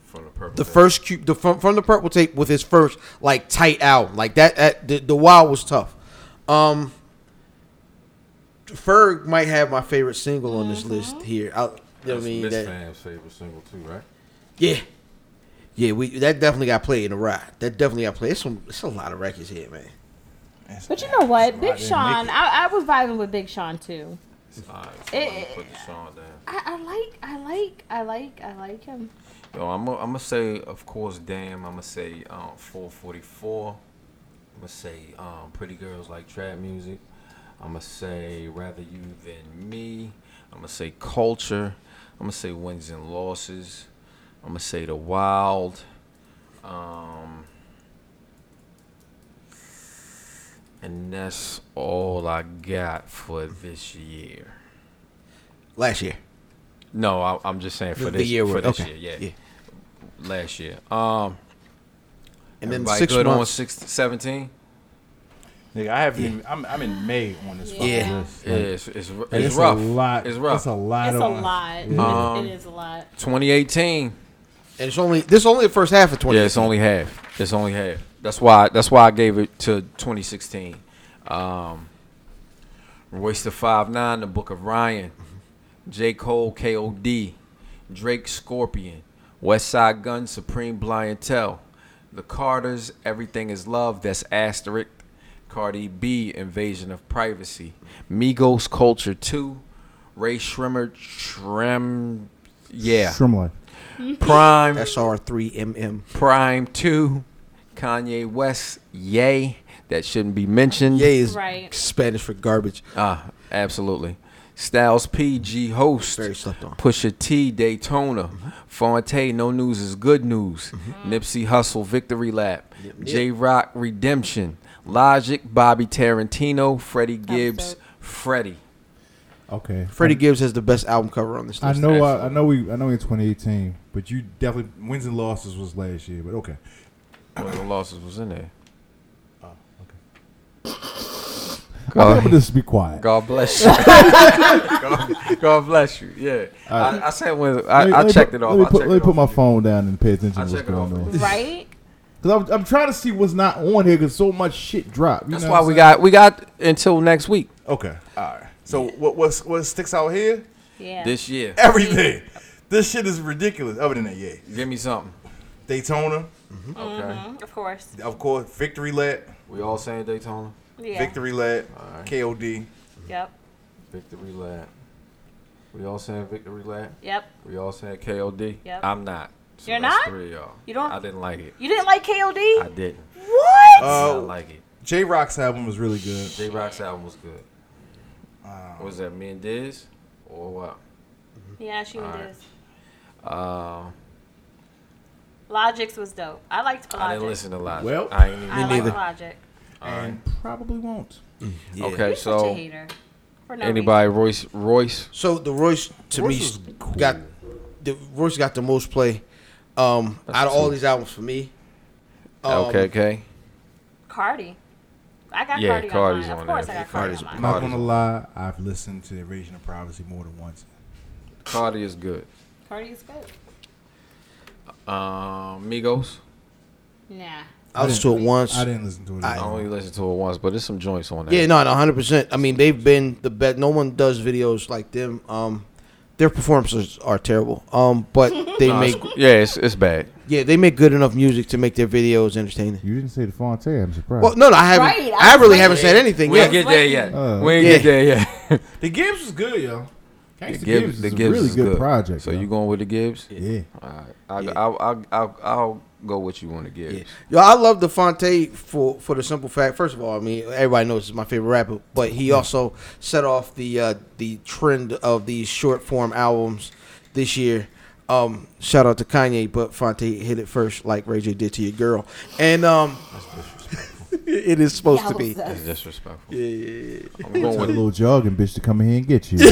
From the purple. the first cu- the from, from the purple tape with his first like tight album. Like that, that the, the wild was tough. Um, Ferg might have my favorite single on this list here. I, you know what I mean that, Fam's favorite single too, right? yeah. Yeah, we that definitely got played in the ride. That definitely got played. It's, some, it's a lot of records here, man. But you know what? Big didn't Sean, I, I was vibing with Big Sean too. All right, Eh, eh, put the song down. I, I like, I like, I like, I like him. Yo, I'm gonna I'm say, of course, damn. I'm gonna say um, 444. I'm gonna say um, pretty girls like trap music. I'm gonna say rather you than me. I'm gonna say culture. I'm gonna say wins and losses. I'm gonna say the wild. Um, and that's all I got for this year. Last year, No, I, I'm just saying for The- the this year for we're- this okay, year, yeah. yeah. Last year, um, and then everybody six good on months. six, 17? Nigga, I haven't. Even, I'm I'm in May on this fucking Yeah. list. Yeah, it's, it's, it's, And rough. A lot, It's rough. That's a lot. It's a of lot. It- Um, it is a lot. 2018. and it's only this is only the first half of twenty. Yeah, it's only half. It's only half. That's why. That's why I gave it to 2016. Um, Royce the Five Nine, The Book of Ryan, J Cole, K.O.D., Drake, Scorpion, West Side Gun, Supreme Bliantel, The Carters, Everything Is Love. That's asterisk. Cardi B, Invasion of Privacy, Migos, Culture Two, Ray Shrimmer, Shrem, yeah, Shremlin. Prime. SR three MM. Prime 2, Kanye West, yay. That shouldn't be mentioned. Yay is Right. Spanish for garbage. Ah, absolutely. Styles P, G Host, Very Mm-hmm. slept on. Pusha T, Daytona, Fonte, No News is Good News, Nipsey Hustle, Victory Lap, Mm-hmm. yep. J Rock, Redemption, Logic, Bobby Tarantino, Freddie Gibbs, dope. Freddie. Okay. Freddie Gibbs has the best album cover on this I list. know. uh, I, I know. We. I know. In 2018, but you definitely wins and losses was last year. But okay. One of the losses was in there. Oh, I'm gonna just be quiet. Uh, God bless you. God, God bless you. Yeah, I, I said when I, Let me- I let me checked put- it off. Let me I put, checked let me it put off. my phone down and pay attention I to what's checked it going off. on. Right? Because I'm, I'm trying to see what's not on here because so much shit dropped. you That's know why what we I'm saying? got we got until next week. Okay. All right. So what what's, what sticks out here? Yeah. This year. Everything. This shit is ridiculous. Other than that, yeah. Give me something. Daytona, Okay. of course. of course. Victory lap. We all saying Daytona. Yeah. Victory lap. Alright. KOD. Yep. Victory lap. We all saying victory lap. Yep. We all saying KOD. Yep. I'm not. So You're that's not? Three of y'all. You don't- I didn't like it. You didn't like KOD? I didn't. what? I did Uh, not like it. J Rock's album was really good. J Rock's album was good. Um. What was that me and Diz or what? yeah, she alright. did. Uh, Logic's was dope. I liked Logic. I didn't listen to Logic. Well, I ain't even. I liked neither. Logic. And probably won't. Yeah. Okay, You're such a so hater. For no anybody, Royce, Royce, So the Royce to Royce me was cool. got the Royce got the most play um, out of all two. these albums for me. Um, Okay, LKK. reason. Cardi. I got Yeah, Cardi Cardi's on mine. on Of course there. I got Cardi Cardi's- on I'm mine. not gonna lie. I've listened to Invasion of Privacy more than once. Cardi is good. Cardi is good. Um, Migos. Nah. I listened to it once. I didn't listen to it. I only listened to it once, but there's some joints on there. Yeah, no, no, hundred percent. I mean, they've been the best. No one does videos like them. Um, their performances are terrible. Um, but they Nah, make it's- Uh, yeah, it's it's bad. yeah, they make good enough music to make their videos entertaining. You didn't say the Fontaine. I'm surprised. Well, no, no, I haven't. Right, I, I really was haven't said anything We yet. ain't get there yet. Uh, we ain't get there yet. The Gibbs was good, yo. Gangsta the Gibbs, Gibbs the is a Gibbs really is good good. project. so yo. you going with the Gibbs? yeah. Alright, I'll, I'll, I'll, I'll, I'll go with you on the Gibbs. Yeah. Yo, I love Defonte for for the simple fact. First of all, I mean everybody knows he's my favorite rapper, but he also set off the uh, the trend of these short form albums this year. Um, shout out to Kanye, but Fonte hit it first, like Ray J did to your girl, and um, it is supposed to be. It's disrespectful. Yeah, yeah, yeah. I'm going Tell a with, little jogging bitch to come in here and get you. I'm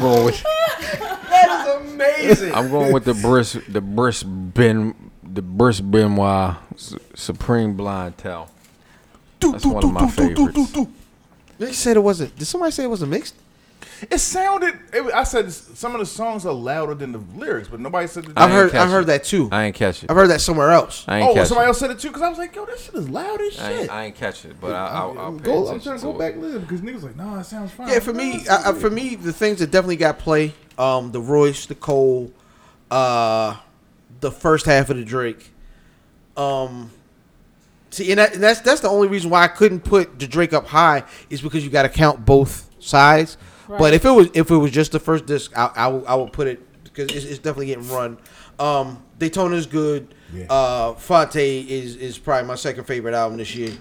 going with, That is amazing. I'm going with the Briss, the Briss Ben, the Briss Benoit Su- Supreme Blind Tell. That's one of my favorites. They said it wasn't. Did somebody say it wasn't mixed? It sounded. It, I said some of the songs are louder than the lyrics, but nobody said. The, I I've ain't heard. catch I've heard it. that too. I ain't catch it. I've heard that somewhere else. I ain't oh, catch somebody it. else said it too, because I was like, yo, that shit is loud as I shit. ain't, I ain't catch it, but I, I'll, I'll pay go, I'm attention trying to go to it. back live because niggas like, nah, it sounds fine. Yeah, for me, I, I, for me, the things that definitely got play, um, the Royce, the Cole, uh, the first half of the Drake. Um, see, and, that, and that's that's the only reason why I couldn't put the Drake up high is because you got to count both sides. But Right. if it was if it was just the first disc, I I, would- I would put it because it's, it's definitely getting run. Um, Daytona is good. Yeah. Uh, Fonte is is probably my second favorite album this year.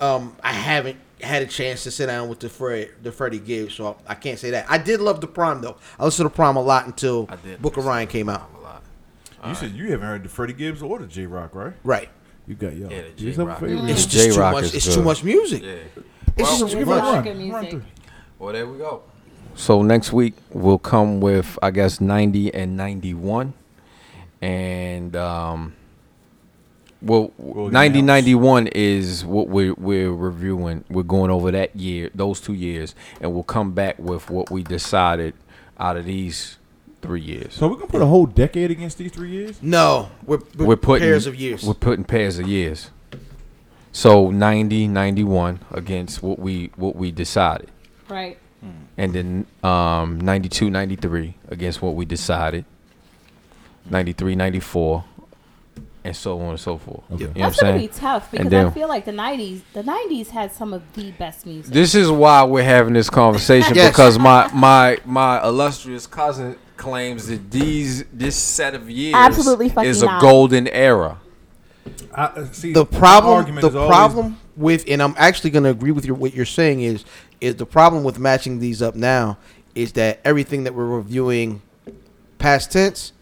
Um, I haven't had a chance to sit down with the Fred, the Freddie Gibbs, so I, I can't say that. I did love the Prime though. I listened to Prime a lot until did Book of Ryan came out. You said you haven't heard the Freddie Gibbs or the J Rock, right? Right. Mm-hmm. You got yo. Yeah, the you some J-Rock. favorite- It's just too J-Rock much. is It's good. too much music. Yeah. It's just too Give it a much. Good run. music. Run through. Well, there we go. So next week we'll come with I guess 90 and 91, and um, well, We'll 90 announce. 91 is what we're we're reviewing. We're going over that year, those two years, and we'll come back with what we decided out of these three years. So we're gonna put a whole decade against these three years. No, we're, we're, we're putting pairs of years. We're putting pairs of years. So 90 91 against what we what we decided. Right. and then um, 92 93 against what we decided 93 94 and so on and so forth you know what i'm That's gonna be saying tough And because I then- feel like the '90s, the '90s had some of the best music. this is why we're having this conversation Yes. because my my my illustrious cousin claims that these this set of years Absolutely fucking is a not. golden era I, uh, see, the my problem argument the is always- problem with and I'm actually going to agree with your what you're saying is is the problem with matching these up now is that everything that we're reviewing past tense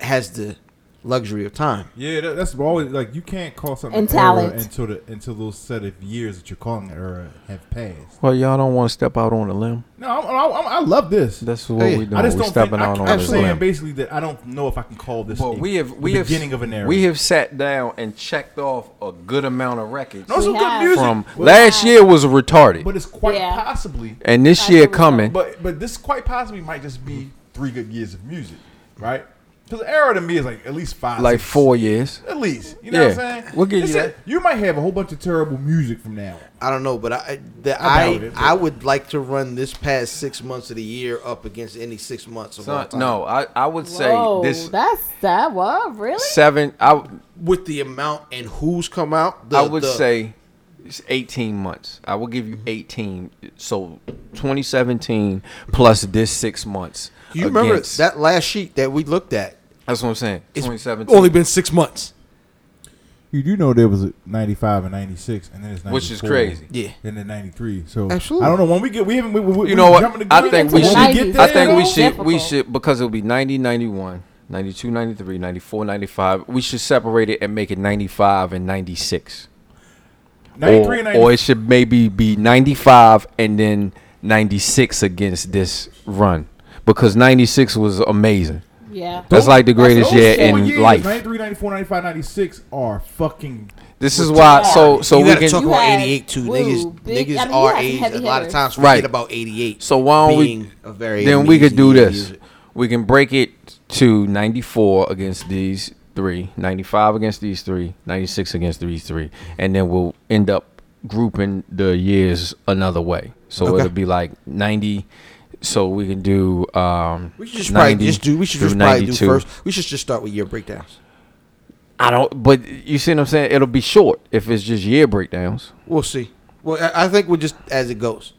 has the luxury of time. Yeah, that, that's always like you can't call something And an era talent. until the until those set of years that you're calling an era have passed. well y'all don't want to step out on a limb No, I'm, I'm, I'm, I love this. that's what Hey, we're doing I just we're don't stepping think, I, out on I'm a saying limb basically that I don't know if I can call this Well, a- we have the we have beginning of an era. we have sat down and checked off a good amount of records no, some We good have. music from but, last year was retarded, but it's quite Yeah. possibly, and this year coming. but but this quite possibly might just be three good years of music, right? Because era to me is like at least five, like six, four years. at least. You know what Yeah. I'm saying? We'll give It's you a- that. You might have a whole bunch of terrible music from now. on. I don't know, but I the, I I doubt it, but- I would like to run this past 6 months of the year up against any 6 months of all Son, time. no, I, I would Whoa, say this that's that. What really? seven. I w- With the amount and who's come out, the, I would the- say it's eighteen months. I will give you eighteen. So twenty seventeen plus this six months. you remember against- that last sheet that we looked at. That's what I'm saying. It's Twenty seventeen, only been 6 months. You do know there was a 95 and 96, and then it's 94, which is crazy. Yeah. And then 93. So Absolutely. I don't know when we get. We haven't. We, we, You know what? I We think get we to should. the 90s. I think we though. should. We Difficult. should because it'll be 90, 91, 92, 93, 94, 95. We should separate it and make it 95 and 96. Or, 93 and or it should maybe be 95 and then 96 against this run because 96 was amazing. Yeah. That's like the That's greatest those year four in years, life. 93, 94, 95, 96 are fucking. This is why. So so you we gotta talk can. You about had- eighty eight too. woo, niggas, big- niggas I mean, you our had some age. heavy A lot of hitters. times forget Right. about eighty eight. So why don't we? a very Then we could amazing do year. this. We can break it to 94 against these three, 95 against these three, 96 against these three, and then we'll end up grouping the years another way. So Okay. it'll be like 90. So we can do. Um, We should just probably 90 just do. We should through just probably do 92. first. We should just start with year breakdowns. I don't. But you see what I'm saying? It'll be short if it's just year breakdowns. We'll see. Well, I, I think we're just as it goes.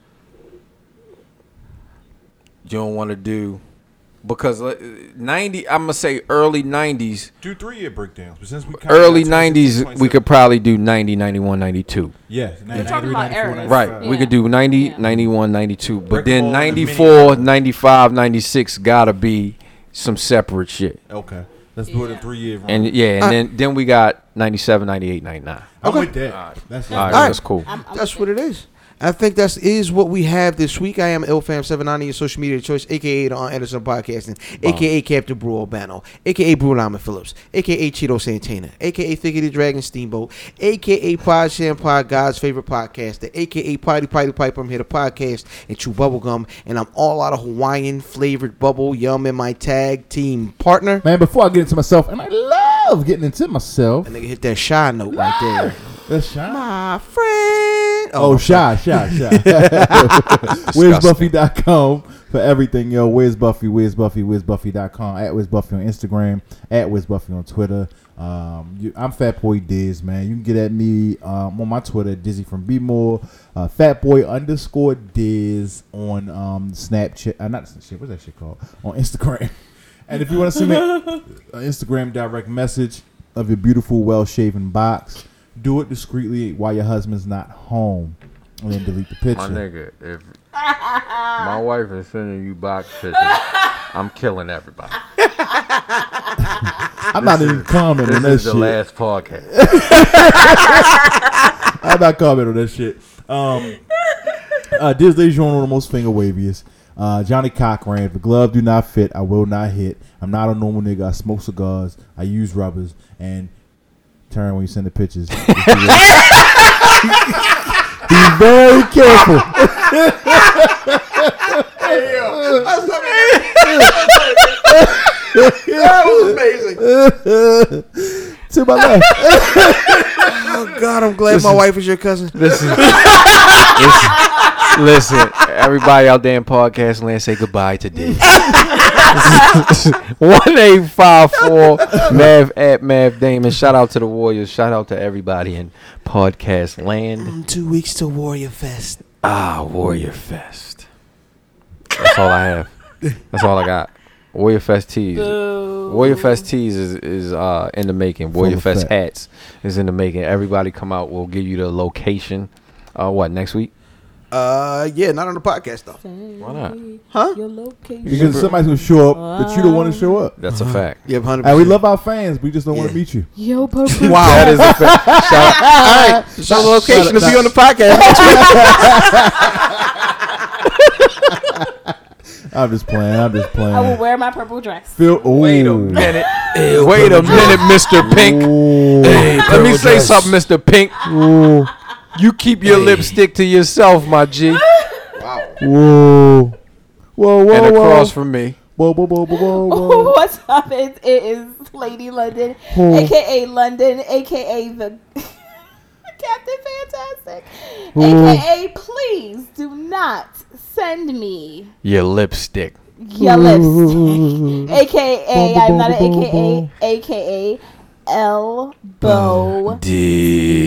You don't want to do because uh, 90. I'm gonna say early 90s. Do three year breakdowns. But since we kinda Early got to 90s, we 26.7. could probably do 90, 91, 92. Yeah, 93, talking about 94, eras. 95. Right. We Yeah. could do 90, 91, 92. But Brick then wall and a mini 94, island. 95, 96 got to be some separate shit. Okay. Let's do it in three year. And yeah, and then, then we got 97, 98, 99. I'm Okay. with that. That's All right, All right. that's cool. I'm, I'm That's what it is. I think that is what we have this week. I am LFam790, your social media choice, aka the On Anderson Podcasting, aka Captain Brew Albano, aka Brew Lyman Phillips, aka Cheeto Santana, aka Thickety Dragon Steamboat, aka Pod Sham Pod, God's favorite podcaster, aka Potty Potty Pipe. I'm here to podcast and chew bubble gum, and I'm all out of Hawaiian flavored bubble yum in my tag team partner. Man, before I get into myself, and I love getting into myself. That nigga hit that shy note right there. That's shy. My Ah, friend. Oh, shy, shy, shy. Where's Buffy.com for everything, yo. Where's Buffy? Where's Buffy? Where's Buffy.com? At Where's Buffy on Instagram. At Where's Buffy on Twitter. Um, you, I'm Fat Boy Diz, man. You can get at me um, on my Twitter, Dizzy from B More. Uh, Fat Boy underscore Diz on um, Snapchat. Uh, not Snapchat. What's that shit called? On Instagram. And if you want to send me an Instagram direct message of your beautiful, well-shaven box, do it discreetly while your husband's not home, and then delete the picture. nigga, if my wife is sending you box pictures, I'm killing everybody. I'm not even commenting on that shit. podcast. I'm not commenting on that shit. Um, uh, Disney Journal, the most finger waviest. Uh, Johnny Cochran, if the glove do not fit, I will not hit. I'm not a normal nigga. I smoke cigars. I use rubbers. And turn when you send the pictures. Just Be be very careful. that was amazing. to my left. Oh God, I'm glad my wife is your cousin. listen, listen, listen, everybody out there in podcast land, say goodbye to Diz. One eight five four Mav at Mav Damon. Shout out to the Warriors. Shout out to everybody in podcast land. Two weeks to Warrior Fest. Ah, Warrior Fest. That's all I have. That's all I got. Warrior Fest tees. Warrior Fest tees is, is uh in the making. Warrior Fest effect. hats is in the making. Everybody come out. We'll give you the location. Uh, what next week? Uh, yeah, not on the podcast though. Why not? Huh? Your location. Because somebody's going to show up, but you don't want to show up. That's a fact. Yep, hundred. Hey, we love our fans. We just don't want to meet you. Yo, Wow, That is a fact. Shout out. all right. So the location shut to up. be on the podcast. I'm just playing. I'm just I will playing. wear my purple dress. Feel, ooh. Wait a minute. Wait a minute, Mr. Pink. Ooh. Let me say something, Mr. Pink. Ooh. You keep your lipstick to yourself, my G. Whoa. Whoa, whoa, and whoa. across from me. whoa, whoa, whoa, whoa, whoa, whoa. What's up? It, it is Lady London, Who? aka London, aka the Captain Fantastic, Who? aka please do not send me Your lipstick. your lipstick, aka I'm not an aka, aka Uh, elbow.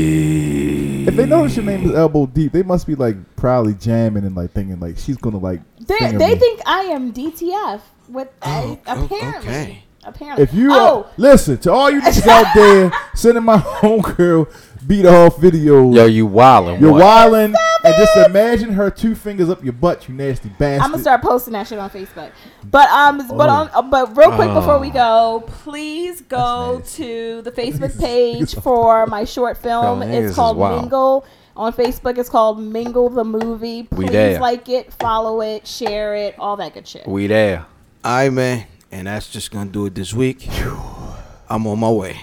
If they notice your name is elbow deep, they must be like probably jamming and like thinking like she's gonna like. They finger they me. think I am DTF with I, oh, apparently. okay. Apparently, If you oh, are, listen to all you niggas out there sending my homegirl beat off videos. Yo, you wildin'. you're You're wilding, and just imagine her two fingers up your butt, you nasty bastard. I'm gonna start posting that shit on Facebook. But um, but Oh. on uh, but real quick before Ah. we go, please go to the Facebook page for my short film. Yo, niggas it's is called wild. Mingle. On Facebook, it's called Mingle the Movie. We Please there. like it, follow it, share it, all that good shit. We there. all right, man, and that's just gonna do it this week. I'm on my way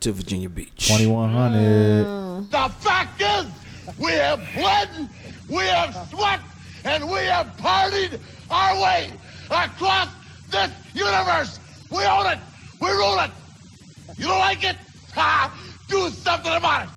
to Virginia Beach. 2100. The fact is, we have bled, we have sweat, and we have partied our way across this universe. We own it. We rule it. You don't like it? Ha! Do something about it.